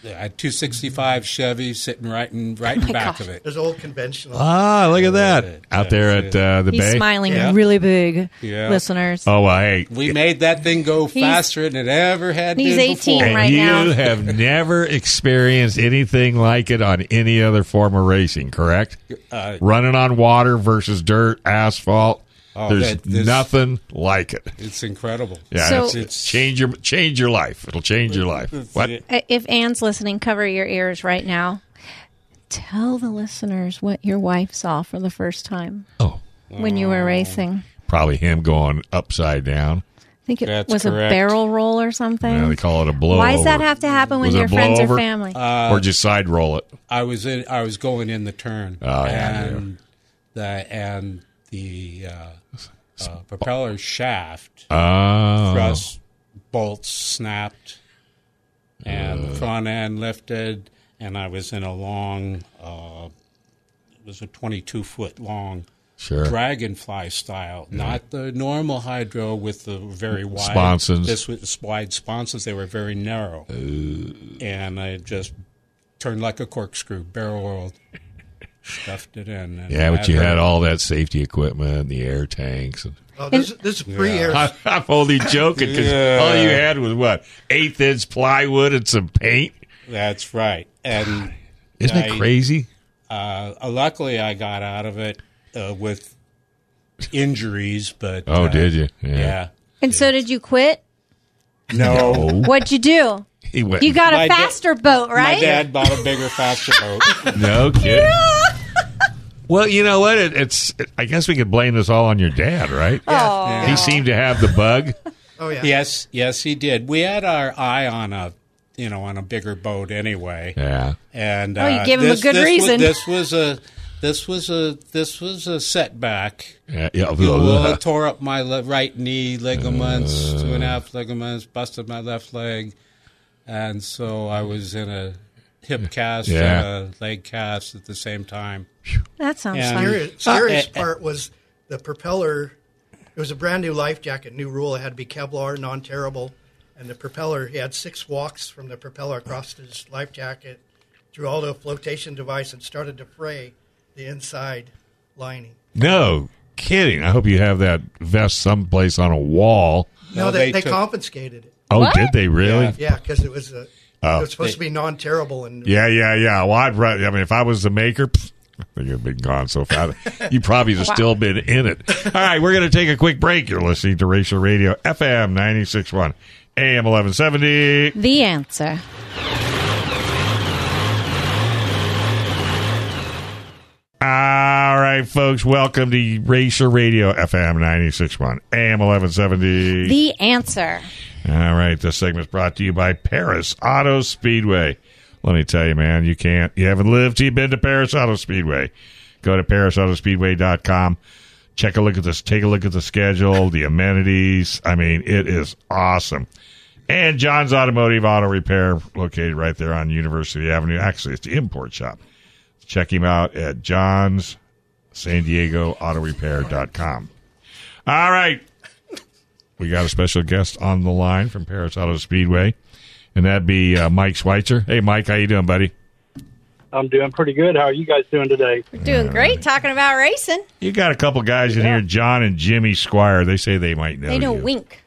Speaker 9: a 265 Chevy sitting right in right in
Speaker 6: my
Speaker 9: back
Speaker 6: gosh.
Speaker 9: of it.
Speaker 8: There's old conventional.
Speaker 5: Ah, look at that.
Speaker 9: Yeah,
Speaker 5: Out there at uh, the
Speaker 6: He's
Speaker 5: bay.
Speaker 6: smiling
Speaker 9: Yeah.
Speaker 6: really big,
Speaker 9: Yeah.
Speaker 6: listeners.
Speaker 5: Oh, well, hey.
Speaker 9: We made that thing go faster than it ever had
Speaker 6: He's
Speaker 9: been
Speaker 6: 18
Speaker 9: before.
Speaker 5: And
Speaker 6: right
Speaker 5: you
Speaker 6: now.
Speaker 5: have never experienced anything like it on any other form of racing, correct?
Speaker 9: Uh,
Speaker 5: Running on water versus dirt, asphalt.
Speaker 9: Oh,
Speaker 5: there's
Speaker 9: that- this-
Speaker 5: nothing like it.
Speaker 9: It's incredible.
Speaker 5: Yeah,
Speaker 6: So-
Speaker 5: it's, it's change your change your life. It'll change your life. What?
Speaker 6: I- Uh, If Anne's listening, cover your ears right now. Tell the listeners what your wife saw for the first time
Speaker 5: Oh,
Speaker 6: when you were racing.
Speaker 5: probably him going upside down.
Speaker 6: I think it
Speaker 9: That's
Speaker 6: was
Speaker 9: correct.
Speaker 6: a barrel roll or something.
Speaker 5: Yeah, they call it a blowover.
Speaker 6: Why does that have to happen with
Speaker 5: Was it
Speaker 6: your
Speaker 5: a Uh,
Speaker 6: friends or
Speaker 5: blowover?
Speaker 6: family?
Speaker 5: or just side roll it.
Speaker 9: I was in. I was going in the turn.
Speaker 5: Oh, yeah,
Speaker 9: and the and the uh, uh, propeller shaft
Speaker 5: Oh,
Speaker 9: thrust bolts snapped, and
Speaker 5: Uh.
Speaker 9: the front end lifted, and I was in a long. Uh, it was a twenty-two foot long.
Speaker 5: Sure.
Speaker 9: Dragonfly style, not the normal hydro with the very wide
Speaker 5: Sponsons.
Speaker 9: This was wide sponsons. They were very narrow,
Speaker 5: Uh.
Speaker 9: and I just turned like a corkscrew, barrel rolled, stuffed it in. and
Speaker 5: yeah, but you
Speaker 9: her-
Speaker 5: had all that safety equipment, the air tanks. And,
Speaker 8: Oh, this, this is pre-air.
Speaker 5: I, I'm only joking because all you had was what eighth inch plywood and some paint.
Speaker 9: That's right, and
Speaker 5: Isn't that
Speaker 9: I-
Speaker 5: crazy?
Speaker 9: uh, luckily I got out of it uh, with injuries. But
Speaker 5: Oh,
Speaker 9: uh,
Speaker 5: did you?
Speaker 9: Yeah,
Speaker 6: and so did you quit?
Speaker 9: no.
Speaker 6: What'd you do?
Speaker 5: He went.
Speaker 6: You got
Speaker 9: My
Speaker 6: a
Speaker 9: da-
Speaker 6: faster boat, right?
Speaker 9: My dad bought a bigger, faster boat.
Speaker 5: no kidding. well, you know what? It, it's. It, I guess we could blame this all on your dad, right?
Speaker 6: Oh.
Speaker 5: He seemed to have the bug.
Speaker 8: Oh yeah.
Speaker 9: yes, yes, he did. We had our eye on a, you know, on a bigger boat anyway.
Speaker 5: Yeah.
Speaker 9: And
Speaker 6: Oh, you
Speaker 9: uh,
Speaker 6: gave him a
Speaker 9: this-
Speaker 6: good
Speaker 9: this was-
Speaker 6: reason.
Speaker 9: this was a, this was a, this was a setback.
Speaker 5: Yeah. yeah.
Speaker 9: You know, I tore up my le- right knee ligaments, two and a half ligaments, busted my left leg, and so I was in a hip cast
Speaker 5: Yeah.
Speaker 9: and a leg cast at the same time.
Speaker 6: That sounds
Speaker 9: Yeah.
Speaker 6: fun.
Speaker 8: Scariest, scariest
Speaker 9: Uh, uh,
Speaker 8: part was the propeller. It was a brand new life jacket, new rule. It had to be Kevlar, non tearable. And the propeller, he had six walks from the propeller across his life jacket through all the flotation device and started to fray the inside lining.
Speaker 5: No kidding. I hope you have that vest someplace on a wall.
Speaker 8: No,
Speaker 9: No,
Speaker 8: they,
Speaker 9: they
Speaker 8: they,
Speaker 9: took-
Speaker 8: confiscated it.
Speaker 5: Oh, did they really?
Speaker 9: Yeah.
Speaker 8: Yeah, because it was a,
Speaker 9: Oh.
Speaker 8: it was supposed to be non tearable and
Speaker 5: Yeah, yeah, yeah. Well, I'd rather, I mean, if I was the maker, pfft, you'd have been gone so far. You probably have still been in it. All right, we're going to take a quick break. You're listening to Racial Radio, FM 96.1, AM 1170.
Speaker 6: The answer.
Speaker 5: All right, folks, welcome to Racial Radio, FM 96.1, AM 1170.
Speaker 6: The answer.
Speaker 5: All right, this segment's brought to you by Paris Auto Speedway. Let me tell you, man, you can't, you haven't lived till you've been to Paris Auto Speedway. Go to parisautospeedway.com. Check a look at this, take a look at the schedule, the amenities. I mean, it is awesome. And John's Automotive Auto Repair, located right there on University Avenue. Actually, it's the import shop. Check him out at John's San Diego Auto Repair.com. All right. We got a special guest on the line from Paris Auto Speedway, and that'd be uh, Mike Schweitzer. Hey, Mike, how you doing, buddy?
Speaker 7: I'm doing pretty good. How are you guys doing today?
Speaker 6: We're doing great talking about racing.
Speaker 5: You got a couple guys in here, John and Jimmy Squire. They say they might know.
Speaker 6: They know
Speaker 5: you.
Speaker 6: wink.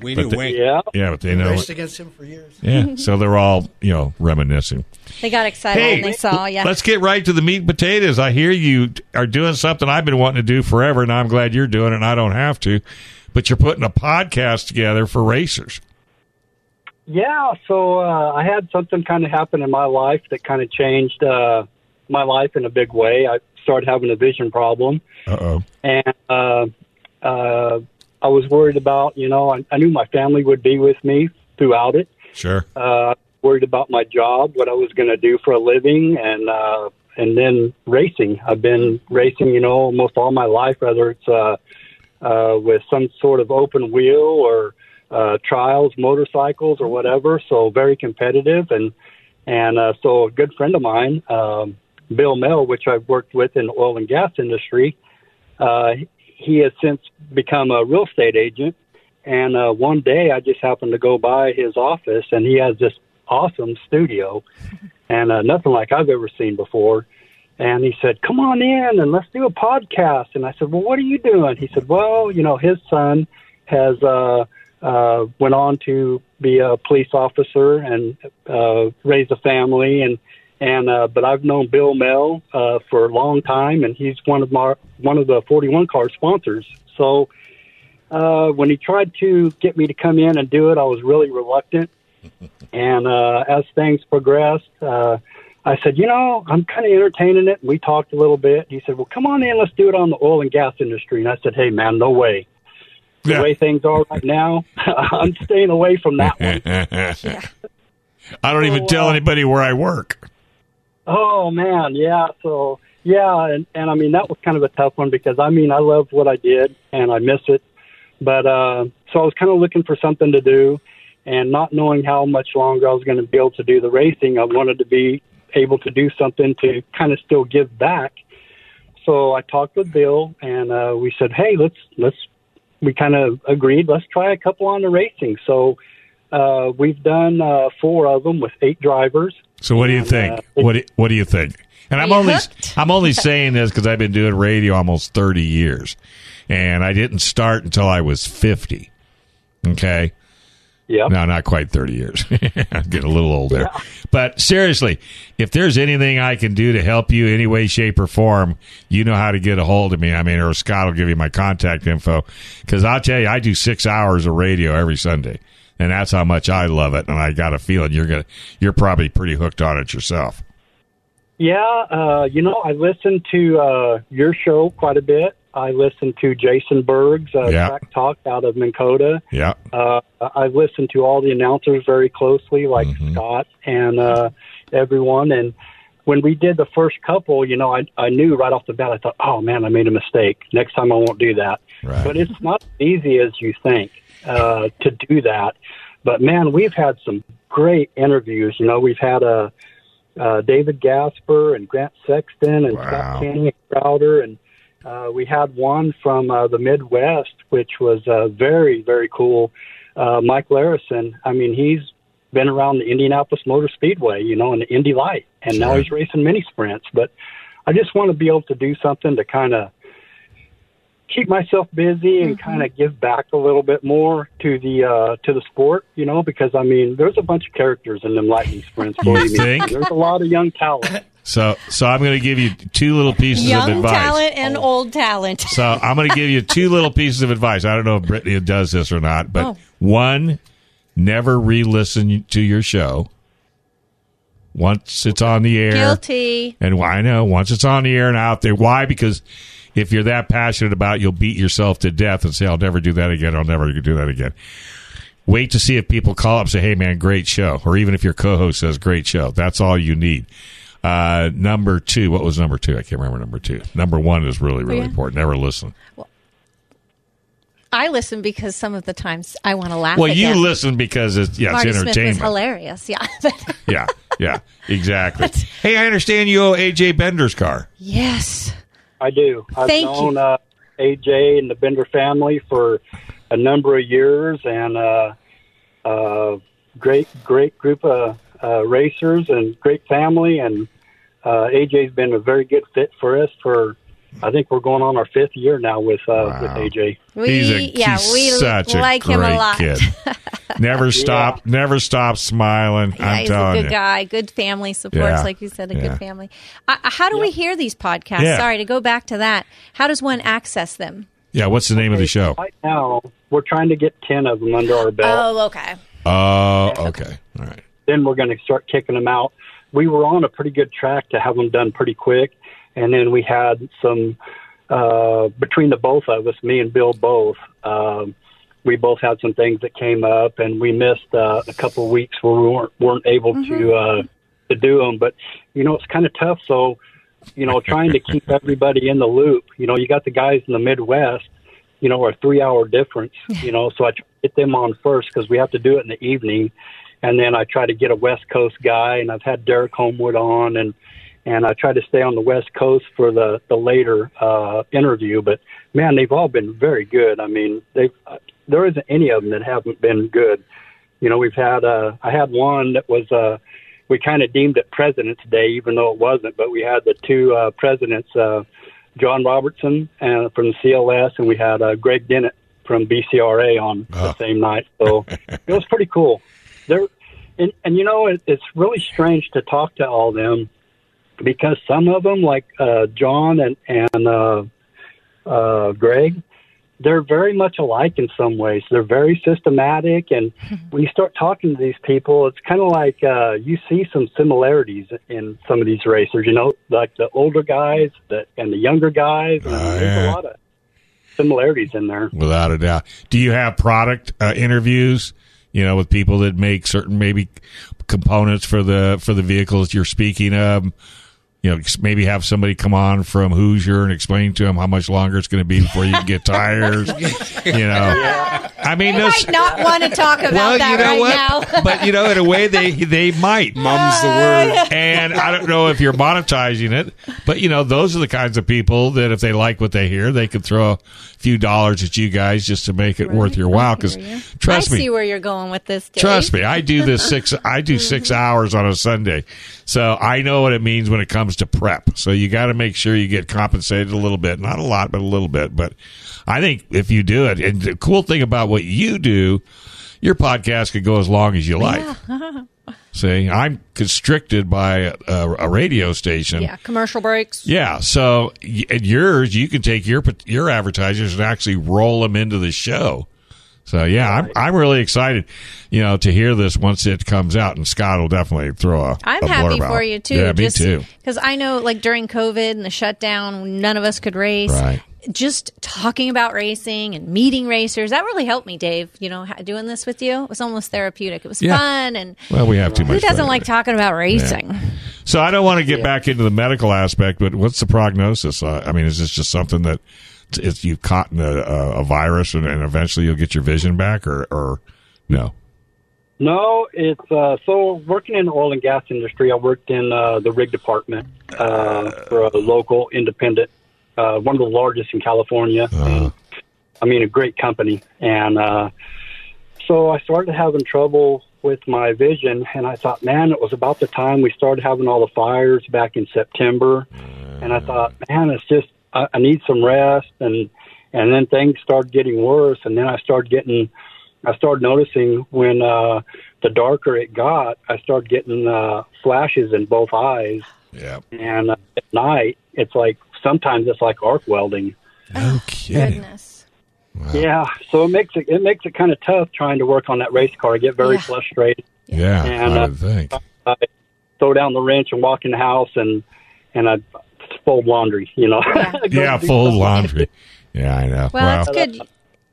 Speaker 9: We
Speaker 5: But
Speaker 9: knew
Speaker 5: the-
Speaker 9: Wink.
Speaker 7: Yeah.
Speaker 5: Yeah, but they know.
Speaker 8: raced against him for years.
Speaker 5: Yeah, so they're all you know reminiscing.
Speaker 6: They got excited when they saw you.
Speaker 5: let's get right to the meat and potatoes. I hear you are doing something I've been wanting to do forever, and I'm glad you're doing it. and I don't have to, but you're putting a podcast together for racers.
Speaker 7: Yeah. So uh, I had something kind of happen in my life that kind of changed uh, my life in a big way. I started having a vision problem,
Speaker 5: Uh oh.
Speaker 7: and uh, uh, I was worried about, you know, I, I knew my family would be with me throughout it.
Speaker 5: Sure.
Speaker 7: Uh, worried about my job, what I was going to do for a living, and uh, and then racing. I've been racing, you know, almost all my life, whether it's uh, uh, with some sort of open wheel or uh, trials, motorcycles, or whatever. So very competitive, and and uh, so a good friend of mine, um, Bill Mel, which I've worked with in the oil and gas industry, uh, he has since become a real estate agent. And uh, one day, I just happened to go by his office, and he has this awesome studio and uh, nothing like I've ever seen before. And he said, Come on in and let's do a podcast. And I said, Well, what are you doing? He said, Well, you know, his son has uh, uh, went on to be a police officer and uh, raise a family. And, and uh, but I've known Bill Mel uh, for a long time, and he's one of my one of the 41 car sponsors. So uh, when he tried to get me to come in and do it, I was really reluctant. And uh, as things progressed, uh, I said, you know, I'm kind of entertaining it. We talked a little bit. He said, well, come on in, let's do it on the oil and gas industry. And I said, hey, man, no way. The
Speaker 5: Yeah.
Speaker 7: way things are right now, I'm staying away from that one.
Speaker 5: I don't even tell anybody where I work.
Speaker 7: Oh man, yeah. So yeah, and, and I mean that was kind of a tough one because I mean I loved what I did and I miss it, but uh, so I was kind of looking for something to do, and not knowing how much longer I was going to be able to do the racing, I wanted to be able to do something to kind of still give back. So I talked with Bill, and uh, we said, hey, let's let's we kind of agreed let's try a couple on the racing. So. Uh, we've done uh, four of them with eight drivers.
Speaker 5: So what do you think? What do, what do you think? And I'm
Speaker 6: you
Speaker 5: only
Speaker 6: hooked?
Speaker 5: I'm only saying this because I've been doing radio almost 30 years, and I didn't start until I was 50. Okay,
Speaker 7: Yep.
Speaker 5: no, not quite 30 years. I'm getting a little old there. But seriously, if there's anything I can do to help you any way, shape, or form, you know how to get a hold of me. I mean, or Scott will give you my contact info because I'll tell you, I do six hours of radio every Sunday, and that's how much I love it. And I got a feeling you're gonna you're probably pretty hooked on it yourself.
Speaker 7: Yeah, uh, you know, I listen to uh, your show quite a bit. I listen to Jason Berg's uh,
Speaker 5: Yeah.
Speaker 7: Track Talk out of Minn Kota.
Speaker 5: Yeah.
Speaker 7: Uh, I've listened to all the announcers very closely, like Scott and uh, everyone. And when we did the first couple, you know, I, I knew right off the bat, I thought, oh man, I made a mistake. Next time I won't do that.
Speaker 5: Right.
Speaker 7: But it's not as easy as you think uh, to do that. But man, we've had some great interviews. You know, we've had a uh, David Gasper and Grant Sexton and
Speaker 5: Wow.
Speaker 7: Scott Canning and Crowder. And uh, we had one from uh, the Midwest, which was uh, very, very cool. Uh, Mike Larison. I mean, he's been around the Indianapolis Motor Speedway, you know, and the Indy Light, and now
Speaker 5: Sure.
Speaker 7: he's racing mini sprints. But I just want to be able to do something to kind of keep myself busy and kind of give back a little bit more to the uh, to the sport, you know, because I mean, there's a bunch of characters in them lightning sprints. believe me.
Speaker 5: think?
Speaker 7: There's a lot of young talent.
Speaker 5: So so I'm gonna give you two little pieces of
Speaker 6: Young
Speaker 5: advice. Oh.
Speaker 6: talent and old talent.
Speaker 5: So I'm going to give you two little pieces of advice. I don't know if Brittany does this or not, but
Speaker 6: Oh.
Speaker 5: one, never re-listen to your show once it's on the air.
Speaker 6: Guilty.
Speaker 5: And I know once it's on the air and out there. Why? Because if you're that passionate about, it, you'll beat yourself to death and say, "I'll never do that again. I'll never do that again." Wait to see if people call up and say, "Hey, man, great show," or even if your co-host says, "Great show." That's all you need. Uh, number two, what was number two? I can't remember number two. Number one is really, really
Speaker 6: Oh, yeah.
Speaker 5: important. Never listen.
Speaker 6: I listen because some of the times I want to laugh.
Speaker 5: Well, you
Speaker 6: again.
Speaker 5: listen because it's yeah,
Speaker 6: Marty
Speaker 5: it's
Speaker 6: Smith was
Speaker 5: entertainment.
Speaker 6: hilarious. Yeah. But-
Speaker 5: yeah, yeah, exactly. hey, I understand you owe AJ Bender's car.
Speaker 6: yes.
Speaker 7: I do. I've
Speaker 6: Thank
Speaker 7: known
Speaker 6: you.
Speaker 7: Uh, AJ and the Bender family for a number of years, and uh, uh, great, great group of uh, racers and great family. And uh, AJ's been a very good fit for us. For I think we're going on our fifth year now with uh, with AJ.
Speaker 6: We,
Speaker 5: he's a,
Speaker 6: yeah,
Speaker 5: he's
Speaker 6: we
Speaker 5: such a
Speaker 6: like
Speaker 5: great
Speaker 6: him a lot.
Speaker 5: kid. Never stop, never stop smiling.
Speaker 6: Yeah,
Speaker 5: I'm
Speaker 6: he's a
Speaker 5: telling
Speaker 6: good
Speaker 5: you.
Speaker 6: guy. Good family supports,
Speaker 5: Yeah.
Speaker 6: like you said, a
Speaker 5: Yeah.
Speaker 6: good family. Uh, uh, how do we hear these podcasts?
Speaker 5: Yeah.
Speaker 6: Sorry to go back to that. How does one access them?
Speaker 5: Yeah, what's the name of the show?
Speaker 7: Right now, we're trying to get ten of them under our belt.
Speaker 6: Oh, okay.
Speaker 5: Oh, okay, all right.
Speaker 7: then we're going to start kicking them out. We were on a pretty good track to have them done pretty quick, and then we had some uh, between the both of us, me and Bill both. Um, we both had some things that came up, and we missed uh, a couple of weeks where we weren't weren't able to uh, to do them. But you know, it's kind of tough. So you know, trying to keep everybody in the loop. You know, you got the guys in the Midwest. You know, a three-hour difference. You know, so I try to get them on first because we have to do it in the evening, and then I try to get a West Coast guy. And I've had Derek Homewood on, and and I try to stay on the West Coast for the the later uh, interview. But uh, man, they've all been very good. I mean, they there isn't any of them that haven't been good. You know, we've had uh, I had one that was uh, we kind of deemed it President's Day, even though it wasn't. But we had the two uh, presidents, uh, John Robertson and from CLS, and we had uh, Greg Dennett from BCRA on the same night. So it was pretty cool. There, and, and you know, it, it's really strange to talk to all them because some of them, like uh, John and and uh, uh, Greg, they're very much alike in some ways. They're very systematic, and when you start talking to these people, it's kind of like uh, you see some similarities in some of these racers. You know, like the older guys that and the younger guys. And
Speaker 5: Oh,
Speaker 7: there's
Speaker 5: yeah.
Speaker 7: a lot of similarities in there.
Speaker 5: Without a doubt. Do you have product uh, interviews? You know, with people that make certain maybe components for the for the vehicles you're speaking of. You know, maybe have somebody come on from Hoosier and explain to them how much longer it's going to be before you can get tires. you know, I mean,
Speaker 6: They
Speaker 5: those,
Speaker 6: might not want to talk about that right now.
Speaker 5: but you know, in a way, they they might.
Speaker 9: Mum's the word.
Speaker 5: And I don't know if you're monetizing it, but you know, those are the kinds of people that if they like what they hear, they could throw a few dollars at you guys just to make it worth your while. Because trust
Speaker 6: I
Speaker 5: me,
Speaker 6: see where you're going with this. Dave.
Speaker 5: Trust me, I do this six. I do six hours on a Sunday, so I know what it means when it comes to prep. So you got to make sure you get compensated a little bit, not a lot, but a little bit. But I think if you do it, and the cool thing about what you do, your podcast could go as long as you like. See, I'm constricted by a, a radio station.
Speaker 6: Yeah, commercial breaks.
Speaker 5: Yeah, so y- and yours, you can take your your advertisers and actually roll them into the show. So yeah, I'm I'm really excited, you know, to hear this once it comes out, and Scott will definitely throw a.
Speaker 6: I'm
Speaker 5: a
Speaker 6: happy
Speaker 5: blurb out.
Speaker 6: for you too.
Speaker 5: Yeah, me
Speaker 6: just
Speaker 5: too.
Speaker 6: Because I know, like during COVID and the shutdown, none of us could race.
Speaker 5: Right.
Speaker 6: Just talking about racing and meeting racers that really helped me, Dave. You know, ha- doing this with you it was almost therapeutic. It was
Speaker 5: Yeah.
Speaker 6: fun, and
Speaker 5: Well, we have too much.
Speaker 6: who doesn't
Speaker 5: fun.
Speaker 6: like talking about racing?
Speaker 5: So I don't want to get back into the medical aspect, but what's the prognosis? Uh, I mean, is this just something that t- it's, you've caught in a, a a virus and, and eventually you'll get your vision back, or or no?
Speaker 7: No, it's uh, so working in the oil and gas industry. I worked in uh, the rig department uh, for a local independent, uh, one of the largest in California. And, I mean, a great company. And uh, so I started having trouble with my vision, and I thought, man, it was about the time we started having all the fires back in September. And I thought, man, it's just I, I need some rest, and and then things started getting worse, and then I started getting. I started noticing when uh, the darker it got, I started getting uh, flashes in both eyes.
Speaker 5: Yeah.
Speaker 7: And uh, at night, it's like sometimes it's like arc welding.
Speaker 6: Oh,
Speaker 5: No kidding.
Speaker 6: Goodness.
Speaker 7: Yeah, so it makes it it makes it kind of tough trying to work on that race car. I get very
Speaker 6: Yeah.
Speaker 7: frustrated.
Speaker 5: Yeah,
Speaker 7: And,
Speaker 5: I
Speaker 7: uh,
Speaker 5: would think.
Speaker 7: I throw down the wrench and walk in the house and and I fold laundry. You know, Go
Speaker 5: Yeah,
Speaker 7: do
Speaker 5: full
Speaker 7: something.
Speaker 5: laundry. Yeah, I know.
Speaker 6: Well, that's good.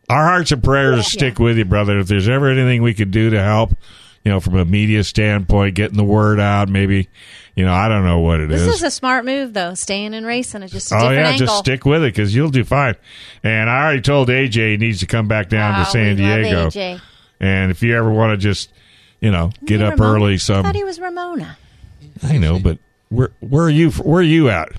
Speaker 5: our hearts and prayers stick with you, brother. If there's ever anything we could do to help, you know, from a media standpoint, getting the word out, maybe, you know, I don't know what it is.
Speaker 6: This is a smart move, though. Staying in racing is just a
Speaker 5: Oh
Speaker 6: different
Speaker 5: yeah,
Speaker 6: angle.
Speaker 5: just stick with it because you'll do fine. And I already told AJ he needs to come back down
Speaker 6: Oh,
Speaker 5: to San
Speaker 6: we love
Speaker 5: Diego.
Speaker 6: AJ.
Speaker 5: And if you ever want to just, you know, get
Speaker 6: Hey,
Speaker 5: up
Speaker 6: Ramona.
Speaker 5: early,
Speaker 6: I
Speaker 5: some
Speaker 6: thought he was Ramona.
Speaker 5: I know, but where where are you? Where are you at,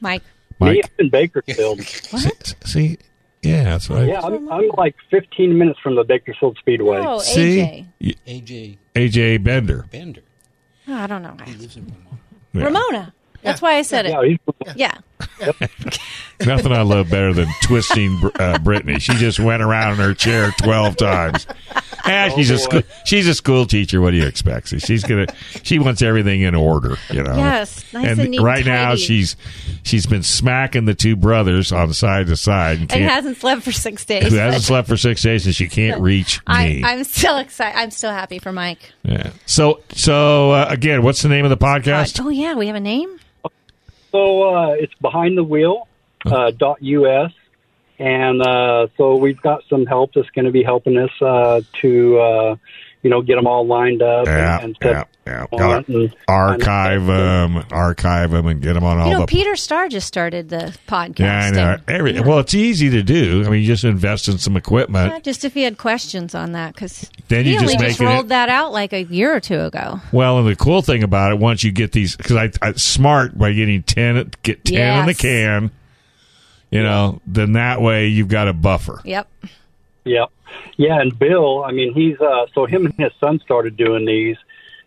Speaker 6: Mike,
Speaker 7: Me,
Speaker 5: Mike?
Speaker 7: I'm in Bakersfield.
Speaker 6: what?
Speaker 5: See, yeah, that's right.
Speaker 7: yeah, I'm, I'm like 15 minutes from the Bakersfield Speedway.
Speaker 6: Oh,
Speaker 5: See,
Speaker 6: AJ.
Speaker 9: AJ
Speaker 5: AJ Bender.
Speaker 9: Bender.
Speaker 6: Oh, I don't know.
Speaker 9: Lives in Vermont.
Speaker 5: Yeah.
Speaker 6: Ramona. That's why I said
Speaker 7: Yeah,
Speaker 6: it.
Speaker 7: he's
Speaker 6: Yeah.
Speaker 5: Nothing I love better than twisting uh, Brittany. She just went around in her chair twelve times. Ah, she's a school, she's a school teacher. What do you expect? See, She's gonna she wants everything in order. You know.
Speaker 6: Yes, nice
Speaker 5: and,
Speaker 6: and neat and
Speaker 5: right now
Speaker 6: tidy.
Speaker 5: she's she's been smacking the two brothers on side to side and
Speaker 6: And
Speaker 5: can't,
Speaker 6: hasn't slept for six days.
Speaker 5: who hasn't slept for six days and she can't reach
Speaker 6: I,
Speaker 5: me.
Speaker 6: I'm still excited. I'm still happy for Mike.
Speaker 5: yeah. So so uh, again, what's the name of the podcast?
Speaker 6: Uh, oh yeah, we have a name.
Speaker 7: So uh, it's behind the wheel uh, dot us, and uh, so we've got some help that's going to be helping us uh, to uh, you know get them all lined up
Speaker 5: Yeah,
Speaker 7: and, and
Speaker 5: yeah,
Speaker 7: set
Speaker 5: yeah.
Speaker 7: on it and-
Speaker 5: Archive them, archive them, and get them on all
Speaker 6: You know,
Speaker 5: the
Speaker 6: Peter Starr just started the podcast.
Speaker 5: Yeah, I know. Every, Well, it's easy to do. I mean, you just invest in some equipment.
Speaker 6: just if he had questions on that, because
Speaker 5: Then
Speaker 6: he
Speaker 5: you just
Speaker 6: only
Speaker 5: make
Speaker 6: just
Speaker 5: it-
Speaker 6: rolled that out like a year or two ago.
Speaker 5: Well, and the cool thing about it, once you get these, because I, I smart by getting ten, get ten in the
Speaker 6: Yes.
Speaker 5: can. You know, then that way you've got a buffer.
Speaker 6: Yep.
Speaker 7: Yeah, yeah, and Bill. I mean, he's uh, so him and his son started doing these,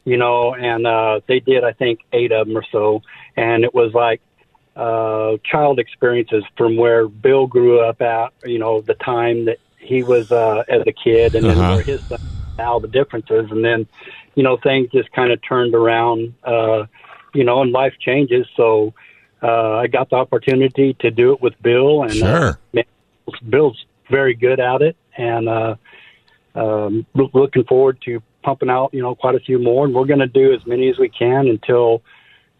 Speaker 7: you know, and uh, they did I think eight of them or so, and it was like uh, child experiences from where Bill grew up at, you know, the time that he was uh, as a kid, and then
Speaker 5: Uh-huh.
Speaker 7: where his son now the differences, and then you know things just kind of turned around, uh, you know, and life changes. So uh, I got the opportunity to do it with Bill, and uh,
Speaker 5: Sure.
Speaker 7: man, Bill's very good at it, and uh, um, loo- looking forward to pumping out, you know, quite a few more. And we're going to do as many as we can until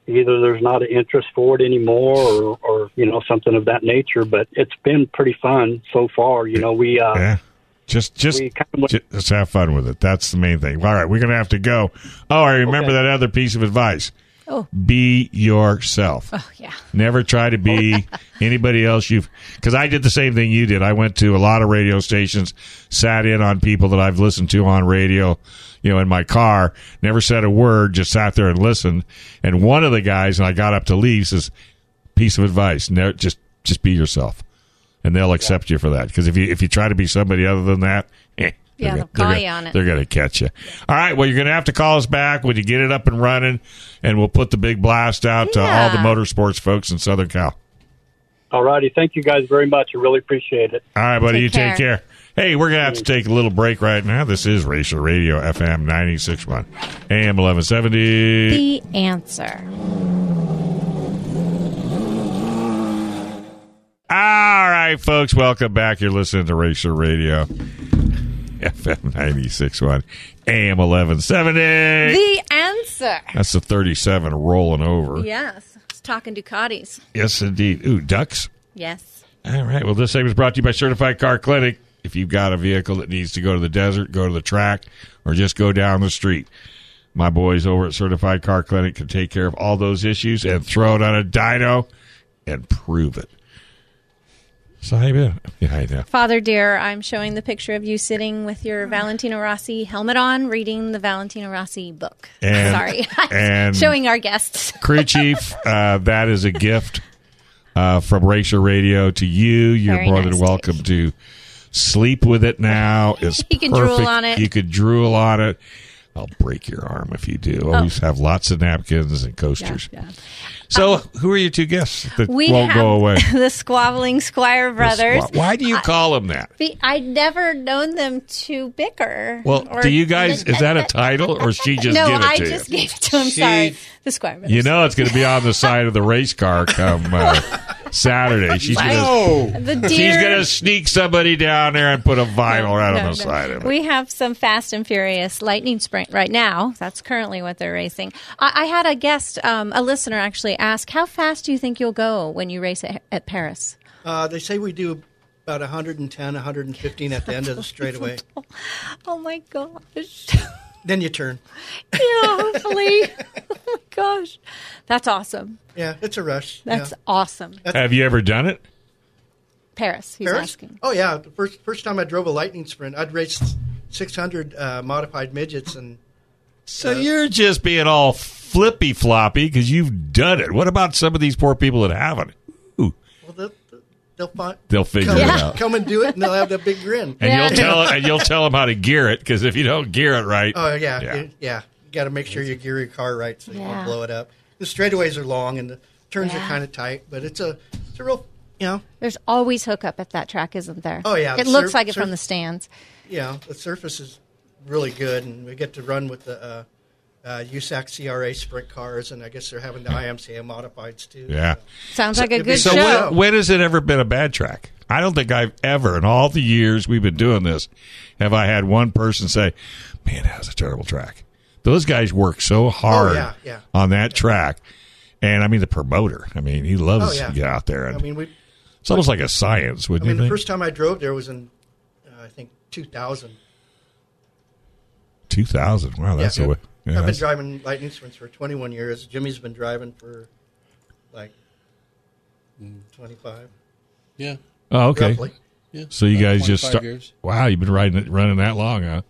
Speaker 7: either there's not an interest for it anymore, or, or you know, something of that nature. But it's been pretty fun so far. You know, we uh,
Speaker 5: Yeah. Just, just,
Speaker 7: We kinda went-
Speaker 5: ju- just have fun with it. That's the main thing. All right, we're gonna have to go. Oh, I remember that other piece of advice.
Speaker 6: Oh.
Speaker 5: Be yourself.
Speaker 6: Oh, yeah.
Speaker 5: Never try to be anybody else you've. Because I did the same thing you did. I went to a lot of radio stations, sat in on people that I've listened to on radio, you know, in my car, never said a word, just sat there and listened. And one of the guys, and I got up to leave, says, piece of advice, never, just, just be yourself. And they'll accept you for that. Because if you, if you try to be somebody other than that, eh, they're
Speaker 6: Yeah,
Speaker 5: gonna- they're
Speaker 6: they'll call
Speaker 5: gonna-
Speaker 6: you on it.
Speaker 5: They're going to catch you. All right. Well, you're going to have to call us back when you get it up and running, and we'll put the big blast out to all
Speaker 6: Yeah.
Speaker 5: the motorsports folks in Southern Cal.
Speaker 7: all righty. Thank you guys very much. I really appreciate it.
Speaker 5: All right, buddy.
Speaker 6: Take
Speaker 5: you take
Speaker 6: care.
Speaker 5: care. Hey, we're going to have to take a little break right now. This is Racer Radio FM 96.1 AM 1170.
Speaker 6: The answer.
Speaker 5: All right, folks, welcome back. You're listening to Racer Radio, FM 96.1, AM 1170.
Speaker 6: The answer.
Speaker 5: That's the 37 rolling over.
Speaker 6: Yes. It's talking Ducatis.
Speaker 5: Yes, indeed. Ooh, ducks.
Speaker 6: Yes.
Speaker 5: All right. Well, this segment is brought to you by Certified Car Clinic. If you've got a vehicle that needs to go to the desert, go to the track, or just go down the street, my boys over at Certified Car Clinic can take care of all those issues and throw it on a dyno and prove it. So how you been? Yeah, I know.
Speaker 6: Father dear, I'm showing the picture of you sitting with your Valentino Rossi helmet on, reading the Valentino Rossi book.
Speaker 5: And-
Speaker 6: Sorry.
Speaker 5: and-
Speaker 6: showing our guests.
Speaker 5: Crew Chief, uh, that is a gift uh, from Racer Radio to you. You're
Speaker 6: Very
Speaker 5: more
Speaker 6: nice
Speaker 5: than welcome to sleep with it now. It's
Speaker 6: You can
Speaker 5: perfect.
Speaker 6: drool on it.
Speaker 5: You could drool on it. I'll break your arm if you
Speaker 6: Oh.
Speaker 5: do. Always have lots of napkins and coasters. So, who are your two guests that
Speaker 6: Um, We
Speaker 5: won't
Speaker 6: have
Speaker 5: go away?
Speaker 6: the squabbling Squire brothers.
Speaker 5: Why, why do you call them that?
Speaker 6: Be- I'd never known them to bicker.
Speaker 5: Well,
Speaker 6: or-
Speaker 5: do you guys? Is that a title, or she just
Speaker 6: no,
Speaker 5: give it
Speaker 6: I
Speaker 5: to you?
Speaker 6: just gave it to him.
Speaker 9: She-
Speaker 6: Sorry, the Squire brothers.
Speaker 5: You know, it's going to be on the side of the race car come uh, Saturday. She's going to
Speaker 9: Oh,
Speaker 6: the deer.
Speaker 5: She's gonna sneak somebody down there and put a vinyl right
Speaker 6: No,
Speaker 5: on the
Speaker 6: no.
Speaker 5: side of it.
Speaker 6: We have some Fast and Furious lightning sprint right now. That's currently what they're racing. I, I had a guest, um, a listener actually ask, "How fast do you think you'll go when you race at, at Paris?"
Speaker 8: Uh, they say we do about 110, 115 at the end of the straightaway.
Speaker 6: Oh my gosh!
Speaker 8: Then you turn.
Speaker 6: yeah, hopefully. oh my gosh, that's awesome.
Speaker 8: Yeah, it's a rush.
Speaker 6: That's
Speaker 8: yeah.
Speaker 6: awesome.
Speaker 5: Have you ever done it?
Speaker 6: Paris. He's
Speaker 8: Paris?
Speaker 6: asking.
Speaker 8: Oh yeah, the first first time I drove a lightning sprint, I'd raced 600 uh, modified midgets, and
Speaker 5: So you're just being all flippy floppy because you've done it. What about some of these poor people that haven't? Ooh,
Speaker 8: well, they'll, they'll find
Speaker 5: they'll figure
Speaker 8: come,
Speaker 5: it out.
Speaker 8: come and do it, and they'll have that big grin.
Speaker 5: And
Speaker 6: Yeah.
Speaker 5: you'll tell and you'll tell them how to gear it because if you don't gear it right,
Speaker 8: Oh yeah,
Speaker 5: Yeah.
Speaker 8: yeah. yeah. You got to make sure you gear your car right so you
Speaker 6: Yeah.
Speaker 8: don't blow it up. The straightaways are long and the turns
Speaker 6: Yeah.
Speaker 8: are kind of tight, but it's a it's a real you know
Speaker 6: There's always hookup at that track, isn't there?
Speaker 8: Oh, yeah,
Speaker 6: It
Speaker 8: the
Speaker 6: looks
Speaker 8: surf-
Speaker 6: like it
Speaker 8: surf-
Speaker 6: from the stands.
Speaker 8: you know the surface is really good, and we get to run with the uh, uh, USAC CRA sprint cars, and I guess they're having the IMCA modifieds too.
Speaker 5: yeah.
Speaker 6: Sounds like a
Speaker 8: it'd be-
Speaker 6: good
Speaker 5: So
Speaker 6: show.
Speaker 5: when, when has it ever been a bad track? I don't think I've ever, in all the years we've been doing this, have I had one person say, "Man, that was a terrible track." Those guys work so
Speaker 8: Oh,
Speaker 5: hard
Speaker 8: yeah, yeah.
Speaker 5: on that track, and I mean the promoter. I mean, he
Speaker 8: Oh,
Speaker 5: loves
Speaker 8: yeah.
Speaker 5: to get out there, and
Speaker 8: I mean we.
Speaker 5: it's almost like a science,
Speaker 8: I
Speaker 5: wouldn't
Speaker 8: mean,
Speaker 5: you
Speaker 8: the
Speaker 5: think?
Speaker 8: first time I drove there was in, uh, I think, 2000.
Speaker 5: Two thousand. Wow, that's
Speaker 8: Yeah.
Speaker 5: a way. yeah,
Speaker 8: I've been
Speaker 5: that's-
Speaker 8: driving lightning sprints for 21 years. Jimmy's been driving for like 25.
Speaker 9: yeah.
Speaker 5: oh, okay.
Speaker 8: Roughly.
Speaker 9: yeah.
Speaker 5: So you
Speaker 9: About
Speaker 5: guys just
Speaker 9: 25
Speaker 5: start.
Speaker 9: years.
Speaker 5: Wow, you've been riding it, running that long, huh?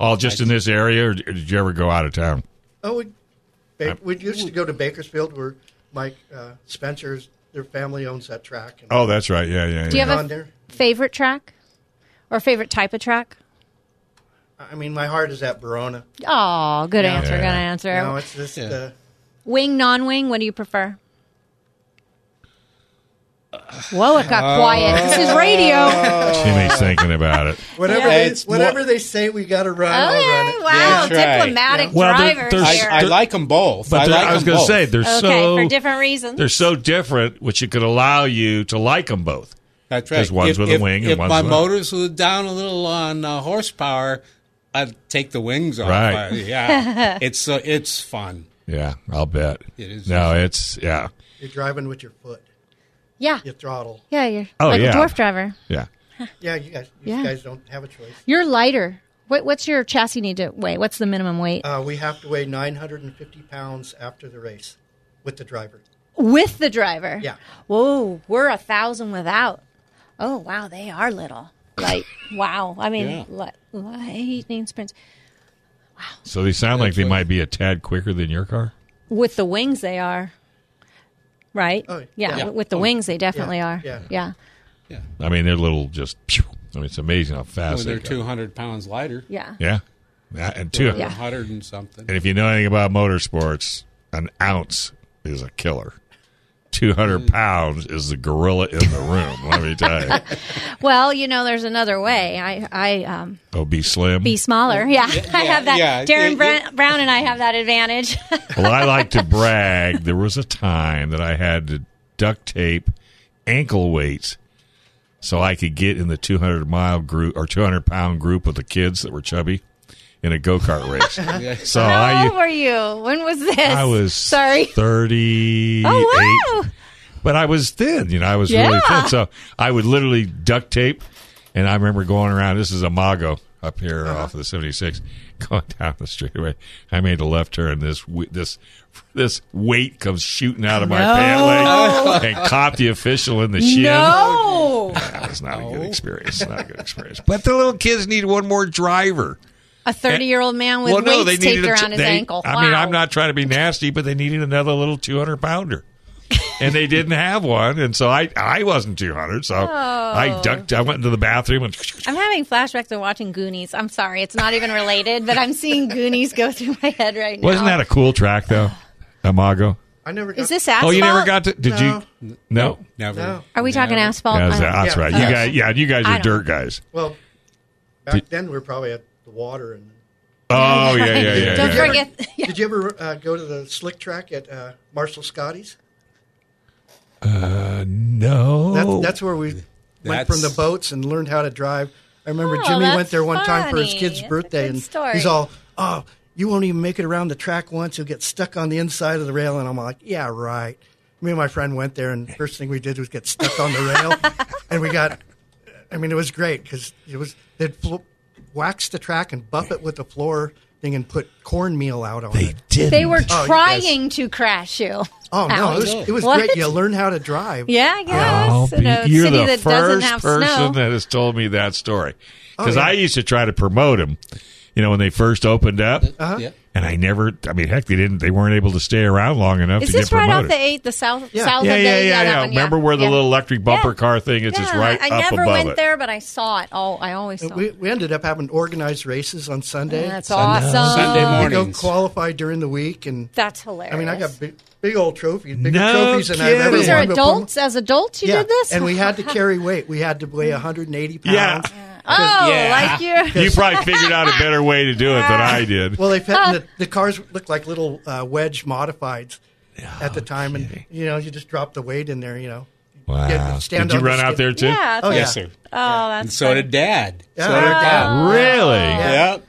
Speaker 5: All just in this area, or did you ever go out of town?
Speaker 8: Oh, we, ba- we used to go to Bakersfield where Mike uh, Spencer's, their family owns that track. And
Speaker 5: Oh, that's right. Yeah, yeah.
Speaker 6: Do you
Speaker 5: yeah.
Speaker 6: have
Speaker 8: on
Speaker 6: a
Speaker 8: there.
Speaker 6: favorite track? Or favorite type of track?
Speaker 8: I mean, my heart is at Verona.
Speaker 6: Oh, good answer. Good
Speaker 5: Yeah.
Speaker 6: answer.
Speaker 8: No, it's just uh,
Speaker 6: Wing, non wing, what do you prefer? Whoa, it got quiet. This is radio. Oh,
Speaker 5: Timmy's thinking about it.
Speaker 8: whatever
Speaker 9: Yeah.
Speaker 8: they,
Speaker 9: It's more-
Speaker 8: whatever they say, we got to run. I'll run
Speaker 6: Oh, yeah.
Speaker 8: it.
Speaker 6: Wow,
Speaker 9: That's right.
Speaker 6: diplomatic
Speaker 5: Well, there-
Speaker 6: drivers
Speaker 5: there's-
Speaker 6: here.
Speaker 9: I, I like them both. I
Speaker 5: they're-
Speaker 9: like
Speaker 5: I was
Speaker 9: 'em
Speaker 5: gonna
Speaker 9: both.
Speaker 5: say they're
Speaker 6: okay,
Speaker 5: so
Speaker 6: for different reasons.
Speaker 5: they're so different, which it could allow you to like them both.
Speaker 9: That's right.
Speaker 5: There's ones
Speaker 9: if,
Speaker 5: with a
Speaker 9: if-
Speaker 5: wing and
Speaker 9: if
Speaker 5: ones
Speaker 9: my
Speaker 5: without.
Speaker 9: motors were down a little on uh, horsepower, I'd take the wings off.
Speaker 5: Right.
Speaker 9: Uh, yeah, it's uh, it's fun.
Speaker 5: Yeah, I'll bet.
Speaker 9: It is.
Speaker 5: No, it's yeah,
Speaker 8: You're driving with your foot,
Speaker 6: yeah.
Speaker 8: your throttle.
Speaker 6: Yeah, you're
Speaker 5: Oh,
Speaker 6: like
Speaker 5: yeah.
Speaker 6: a dwarf driver.
Speaker 5: yeah.
Speaker 8: Yeah, you guys, you
Speaker 6: Yeah.
Speaker 8: guys don't have a choice.
Speaker 6: You're lighter. What, what's your chassis need to weigh? What's the minimum weight?
Speaker 8: Uh, we have to weigh 950 pounds after the race with the driver.
Speaker 6: With the driver.
Speaker 8: Yeah.
Speaker 6: Whoa, we're a thousand without. Oh wow, they are little. Like wow, I mean,
Speaker 9: Yeah.
Speaker 6: li- lightning sprints
Speaker 5: So they sound like they might be a tad quicker than your car.
Speaker 6: with the wings. They are right.
Speaker 8: Oh, yeah.
Speaker 6: yeah, w- with the wings, they definitely
Speaker 8: Yeah,
Speaker 6: are.
Speaker 8: yeah.
Speaker 6: yeah,
Speaker 5: I mean, they're little just. Phew, I mean, it's amazing how
Speaker 9: When
Speaker 5: fast
Speaker 9: they're
Speaker 5: go.
Speaker 9: two hundred pounds lighter,
Speaker 6: yeah.
Speaker 5: Yeah, yeah, and two.
Speaker 6: Yeah.
Speaker 9: hundred and something.
Speaker 5: And if you know anything about motorsports, an ounce is a killer. Two hundred
Speaker 9: Mm.
Speaker 5: pounds is the gorilla in the room. let me tell you,
Speaker 6: Well, you know, there's another way. I, I um,
Speaker 5: oh, be slim.
Speaker 6: be smaller. Yeah, I have that.
Speaker 9: yeah.
Speaker 6: Darren
Speaker 9: Yeah,
Speaker 6: Bra- Brown and I have that advantage.
Speaker 5: Well, I like to brag. There was a time that I had to duct tape ankle weights so I could get in the 200 mile group or 200 pound group with the kids that were chubby in a go kart race. so
Speaker 6: How old
Speaker 5: I,
Speaker 6: were you? When was this?
Speaker 5: I was
Speaker 6: sorry.
Speaker 5: 38.
Speaker 6: Oh wow.
Speaker 5: But I was thin, you know, I was really
Speaker 6: Yeah.
Speaker 5: thin. So I would literally duct tape. And I remember going around, this is Imago up here off of the 76, going down the straightaway. I made a left turn. This w- this this weight comes shooting out of my pant leg and caught the official in the shin.
Speaker 6: No.
Speaker 5: That was not a good experience. Not a good experience. But the little kids need one more driver.
Speaker 6: A 30 year old man with
Speaker 5: well, no, they
Speaker 6: weights taped
Speaker 5: needed a-
Speaker 6: around his
Speaker 5: they-
Speaker 6: ankle.
Speaker 5: I mean,
Speaker 6: Wow.
Speaker 5: I'm not trying to be nasty, but they needed another little 200 pounder, and they didn't have one, and so I I wasn't 200, so
Speaker 6: Oh.
Speaker 5: I ducked. I went into the bathroom and
Speaker 6: I'm having flashbacks of watching Goonies. I'm sorry, it's not even related, but I'm seeing Goonies go through my head right now.
Speaker 5: wasn't that a cool track though, Imago?
Speaker 8: I never. Got
Speaker 6: Is this
Speaker 5: Oh,
Speaker 6: asphalt?
Speaker 5: you never got to? Did you? No.
Speaker 9: Never.
Speaker 8: No.
Speaker 6: Are we talking
Speaker 9: Never.
Speaker 6: asphalt?
Speaker 5: Yeah,
Speaker 6: I don't-
Speaker 5: that's right. You
Speaker 8: Yeah.
Speaker 5: guys, yeah, you guys
Speaker 6: I
Speaker 5: are
Speaker 6: don't-
Speaker 5: dirt guys.
Speaker 8: Well, back then we were probably at the water. And
Speaker 5: Oh yeah, yeah, yeah.
Speaker 6: Don't
Speaker 5: yeah.
Speaker 6: forget. Yeah.
Speaker 8: did you ever uh, go to the slick track at uh, Marshall Scotty's?
Speaker 5: No.
Speaker 8: That's,
Speaker 6: Oh.
Speaker 8: that's where we went from the
Speaker 9: That's-
Speaker 8: boats and learned how to drive. I remember
Speaker 6: Oh,
Speaker 8: Jimmy
Speaker 6: that's
Speaker 8: went there one time for his
Speaker 6: funny.
Speaker 8: kid's
Speaker 6: That's a
Speaker 8: birthday,
Speaker 6: good
Speaker 8: and
Speaker 6: story.
Speaker 8: he's all, "Oh, you won't even make it around the track once. You'll get stuck on the inside of the rail." And I'm like, "Yeah, right." Me and my friend went there, and first thing we did was get stuck on the rail, and we got. I mean, it was great because it was they'd fl- wax the track and buff it with the floor thing and put cornmeal out on
Speaker 5: they
Speaker 8: it.
Speaker 5: did.
Speaker 6: They were
Speaker 8: Oh, you guys-
Speaker 6: trying to crash you.
Speaker 8: Oh no,
Speaker 6: Ouch.
Speaker 8: it was, it was
Speaker 6: What?
Speaker 8: great. You learn how to drive.
Speaker 6: Yeah, I guess.
Speaker 5: I'll
Speaker 6: In a
Speaker 5: be- you're
Speaker 6: city
Speaker 5: the
Speaker 6: that doesn't
Speaker 5: first
Speaker 6: have
Speaker 5: person
Speaker 6: snow.
Speaker 5: that has told me that story because
Speaker 8: yeah.
Speaker 5: I used to try to promote them. You know, when they first opened up,
Speaker 9: Yeah.
Speaker 5: and I never. I mean, heck, they didn't. They weren't able to stay around long enough
Speaker 6: Is
Speaker 5: to
Speaker 6: this
Speaker 5: get
Speaker 6: right
Speaker 5: promoted.
Speaker 6: off the eight, the south,
Speaker 8: Yeah.
Speaker 6: south
Speaker 5: yeah,
Speaker 6: of
Speaker 5: yeah,
Speaker 6: the
Speaker 5: yeah,
Speaker 6: that
Speaker 5: yeah.
Speaker 6: one,
Speaker 5: Remember where the
Speaker 6: Yeah.
Speaker 5: little electric bumper
Speaker 6: Yeah.
Speaker 5: car thing is? It's
Speaker 6: Yeah,
Speaker 5: right
Speaker 6: I
Speaker 5: up
Speaker 6: never
Speaker 5: above
Speaker 6: went
Speaker 5: it.
Speaker 6: there, but I saw it. Oh, I always saw
Speaker 8: Uh, We,
Speaker 6: it.
Speaker 8: we ended up having organized races on Sunday.
Speaker 6: That's awesome.
Speaker 9: Sunday
Speaker 8: We go
Speaker 9: mornings.
Speaker 8: qualify during the week, and
Speaker 6: That's hilarious.
Speaker 8: I mean, I got big, big old trophies, bigger
Speaker 5: No
Speaker 8: trophies than I've ever
Speaker 5: kidding.
Speaker 6: These
Speaker 8: won.
Speaker 6: are
Speaker 8: before.
Speaker 6: adults. As adults, you
Speaker 8: Yeah,
Speaker 6: did this.
Speaker 8: and we had to carry weight. We had to weigh 180 pounds.
Speaker 5: Yeah.
Speaker 6: Oh,
Speaker 9: Yeah.
Speaker 6: like you.
Speaker 5: You probably figured out a better way to do it than I did.
Speaker 8: Well, they fit, the, the cars looked like little uh, wedge modifieds at the time, and you know, you just drop the weight in there. You know,
Speaker 5: wow!
Speaker 8: stand
Speaker 5: Did you
Speaker 8: on
Speaker 5: run
Speaker 8: the
Speaker 5: out
Speaker 8: skid-
Speaker 5: there too?
Speaker 6: Yeah.
Speaker 8: Oh,
Speaker 6: Oh,
Speaker 8: yeah.
Speaker 9: Yes, sir.
Speaker 6: that's
Speaker 9: And so did Dad.
Speaker 8: Yeah.
Speaker 9: So did Dad.
Speaker 5: Really?
Speaker 9: Yep.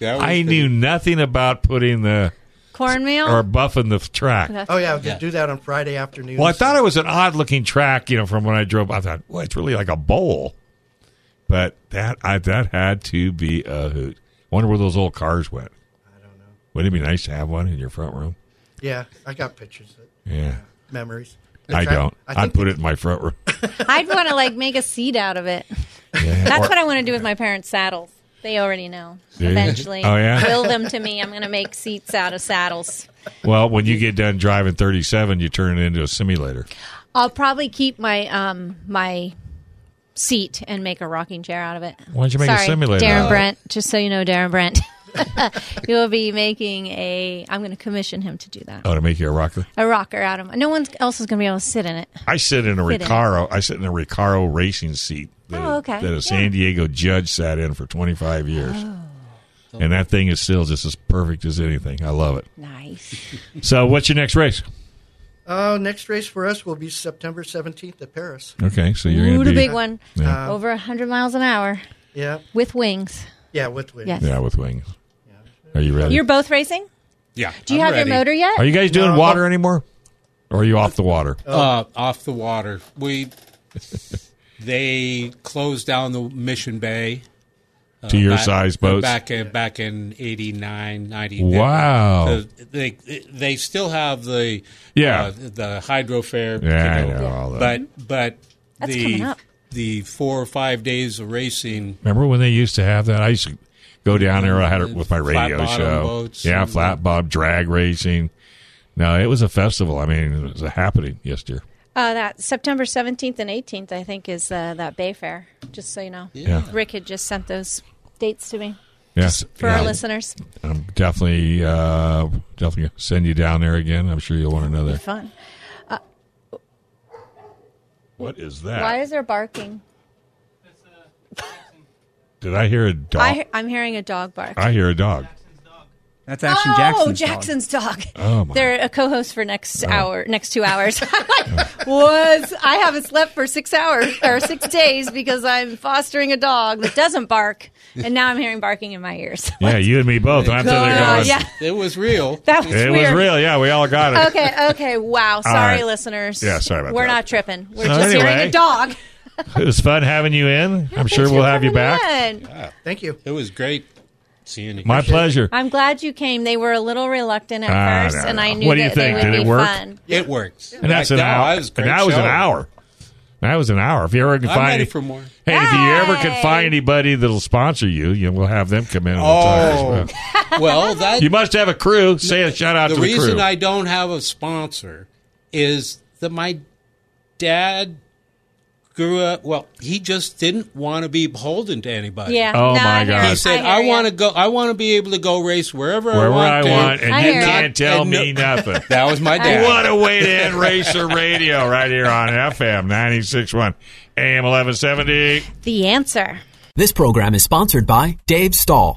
Speaker 9: That was
Speaker 5: I
Speaker 9: the-
Speaker 5: knew nothing about putting the
Speaker 6: cornmeal.
Speaker 5: or buffing the track.
Speaker 8: Oh yeah, we
Speaker 9: Yeah.
Speaker 8: do that on Friday afternoons.
Speaker 5: Well, I thought it was an odd looking track, you know, from when I drove. I thought, well, it's really like a bowl. But that I that had to be a hoot. Wonder where those old cars went. I don't know. Wouldn't it be nice to have one in your front room?
Speaker 8: yeah, I got pictures, of it,
Speaker 5: Yeah.
Speaker 8: memories. The
Speaker 5: I
Speaker 8: track-
Speaker 5: don't.
Speaker 8: I
Speaker 5: I
Speaker 8: think
Speaker 5: would put it in my front room.
Speaker 6: I'd want to like make a seat out of it. That's what I want to do with my parents' saddles. They already know.
Speaker 5: Yeah.
Speaker 6: Eventually,
Speaker 5: Oh, yeah?
Speaker 6: will them to me. I'm going to make seats out of saddles.
Speaker 5: Well, when you get done driving 37, you turn it into a simulator.
Speaker 6: I'll probably keep my um my seat and make a rocking chair out of it.
Speaker 5: Why don't you make a
Speaker 6: Sorry,
Speaker 5: simulator out
Speaker 6: Darren
Speaker 5: of it?
Speaker 6: Brent, just so you know, Darren Brent. You'll be making a. I'm going to commission him to do that.
Speaker 5: Oh, to make you a rocker.
Speaker 6: A rocker out of no one else is going to be able to sit in it.
Speaker 5: I sit in a
Speaker 6: Sit in.
Speaker 5: Recaro. I sit in a Recaro racing seat. That,
Speaker 6: Oh, okay.
Speaker 5: That a
Speaker 6: Yeah.
Speaker 5: San Diego judge sat in for 25 years.
Speaker 6: Oh.
Speaker 5: And that thing is still just as perfect as anything. I love it.
Speaker 6: Nice.
Speaker 5: So, what's your next race?
Speaker 8: Uh, next race for us will be September 17th at Paris.
Speaker 5: Okay, so you're going
Speaker 6: Ooh,
Speaker 5: to
Speaker 6: the
Speaker 5: be
Speaker 6: big one.
Speaker 5: Yeah.
Speaker 6: Over 100 miles an hour
Speaker 8: Yeah,
Speaker 6: with wings.
Speaker 8: yeah, with wings.
Speaker 6: Yes.
Speaker 5: Yeah, with wings. Are you ready?
Speaker 6: You're both racing?
Speaker 9: Yeah.
Speaker 6: Do you
Speaker 9: I'm
Speaker 6: have
Speaker 9: ready.
Speaker 6: your motor yet?
Speaker 5: are you guys doing
Speaker 8: No.
Speaker 5: water anymore? Or are you off the water?
Speaker 9: Uh, off the water. We they closed down the Mission Bay. uh,
Speaker 5: To your
Speaker 9: back-
Speaker 5: size boats?
Speaker 9: back in back in 89 90
Speaker 5: Wow.
Speaker 9: So they they still have the
Speaker 5: Yeah.
Speaker 9: uh, the hydro fair
Speaker 5: Yeah, I
Speaker 9: you
Speaker 5: know all that.
Speaker 9: but but
Speaker 6: That's coming
Speaker 9: the
Speaker 6: up.
Speaker 9: the four or five days of racing
Speaker 5: Remember when they used to have that? I used to go down there. I had it with my
Speaker 9: Flat
Speaker 5: radio
Speaker 9: bottom
Speaker 5: show.
Speaker 9: boats and-
Speaker 5: yeah,
Speaker 9: uh,
Speaker 5: flat bob drag racing. No, it was a festival. I mean, it was a happening. Yes, dear.
Speaker 6: Uh, that September 17th and 18th, I think, is uh, that Bay Fair, just so you know.
Speaker 5: Yeah.
Speaker 6: Rick had just sent those dates to me
Speaker 5: Yes,
Speaker 6: for
Speaker 5: yeah.
Speaker 6: our listeners.
Speaker 5: I'm definitely, uh, definitely gonna send you down there again. I'm sure you'll want another.
Speaker 6: Fun.
Speaker 5: What is that?
Speaker 6: Why is there barking?
Speaker 5: Did I hear a dog?
Speaker 6: I,
Speaker 5: I,
Speaker 6: he- I'm hearing a dog bark.
Speaker 5: hear a dog.
Speaker 10: That's Action
Speaker 6: oh,
Speaker 10: Jackson's dog.
Speaker 6: Jackson's dog.
Speaker 5: Oh, my.
Speaker 6: They're a co-host for next hour, next two hours. Was I haven't slept for six hours or six days because I'm fostering a dog that doesn't bark, and now I'm hearing barking in my ears.
Speaker 5: Yeah, you and me both. And I'm sitting there
Speaker 6: Uh,
Speaker 5: going,
Speaker 6: yeah,
Speaker 9: it was real
Speaker 6: that was
Speaker 5: It
Speaker 6: weird.
Speaker 5: was real. Yeah, we all got it.
Speaker 6: Okay, okay, wow. Sorry,
Speaker 5: right.
Speaker 6: listeners.
Speaker 5: Yeah, sorry about
Speaker 6: We're
Speaker 5: that.
Speaker 6: not tripping. We're
Speaker 5: So
Speaker 6: just hearing
Speaker 5: anyway,
Speaker 6: a dog.
Speaker 5: It was fun having you in. I'm sure
Speaker 6: Thanks
Speaker 5: we'll
Speaker 6: for
Speaker 5: have you back.
Speaker 6: coming in.
Speaker 8: Thank you.
Speaker 9: it was great seeing you
Speaker 5: My pleasure.
Speaker 6: I'm glad you came. They were a little reluctant at
Speaker 5: Ah,
Speaker 6: first,
Speaker 5: no,
Speaker 6: and I
Speaker 5: no.
Speaker 6: knew
Speaker 5: What do you
Speaker 6: that they
Speaker 5: think?
Speaker 6: would
Speaker 5: Did
Speaker 6: be
Speaker 5: it work?
Speaker 6: fun.
Speaker 9: it works
Speaker 5: And that's an
Speaker 9: Like, no,
Speaker 5: hour.
Speaker 9: that was a
Speaker 5: and
Speaker 9: great
Speaker 5: that was an
Speaker 9: show.
Speaker 5: hour. That was an hour. If you ever can
Speaker 9: I'm
Speaker 5: find
Speaker 9: ready for more.
Speaker 5: Hey, if you ever can
Speaker 6: Hey.
Speaker 5: find anybody that'll sponsor you, you know, we'll have them come in. And we'll
Speaker 9: Oh.
Speaker 5: talk as well.
Speaker 9: well that
Speaker 5: you must have a crew. Say a shout out
Speaker 9: the
Speaker 5: to the
Speaker 9: reason
Speaker 5: crew.
Speaker 9: I don't have a sponsor is that my dad grew up. Well, he just didn't want to be beholden to anybody.
Speaker 6: Yeah.
Speaker 5: Oh,
Speaker 6: no,
Speaker 5: my
Speaker 6: I know.
Speaker 5: God.
Speaker 9: He said, "I,
Speaker 6: I hear ya.
Speaker 9: want to go. I want to be able to go race wherever, I
Speaker 5: Wherever
Speaker 9: want
Speaker 5: I
Speaker 9: to."
Speaker 5: want, and
Speaker 6: I
Speaker 5: you
Speaker 6: hear ya.
Speaker 5: can't tell
Speaker 9: And no-
Speaker 5: me nothing.
Speaker 9: That was my dad.
Speaker 5: What a way to end Racer Radio right here on FM 96.1 AM 1170.
Speaker 6: The answer.
Speaker 2: This program is sponsored by Dave Stahl.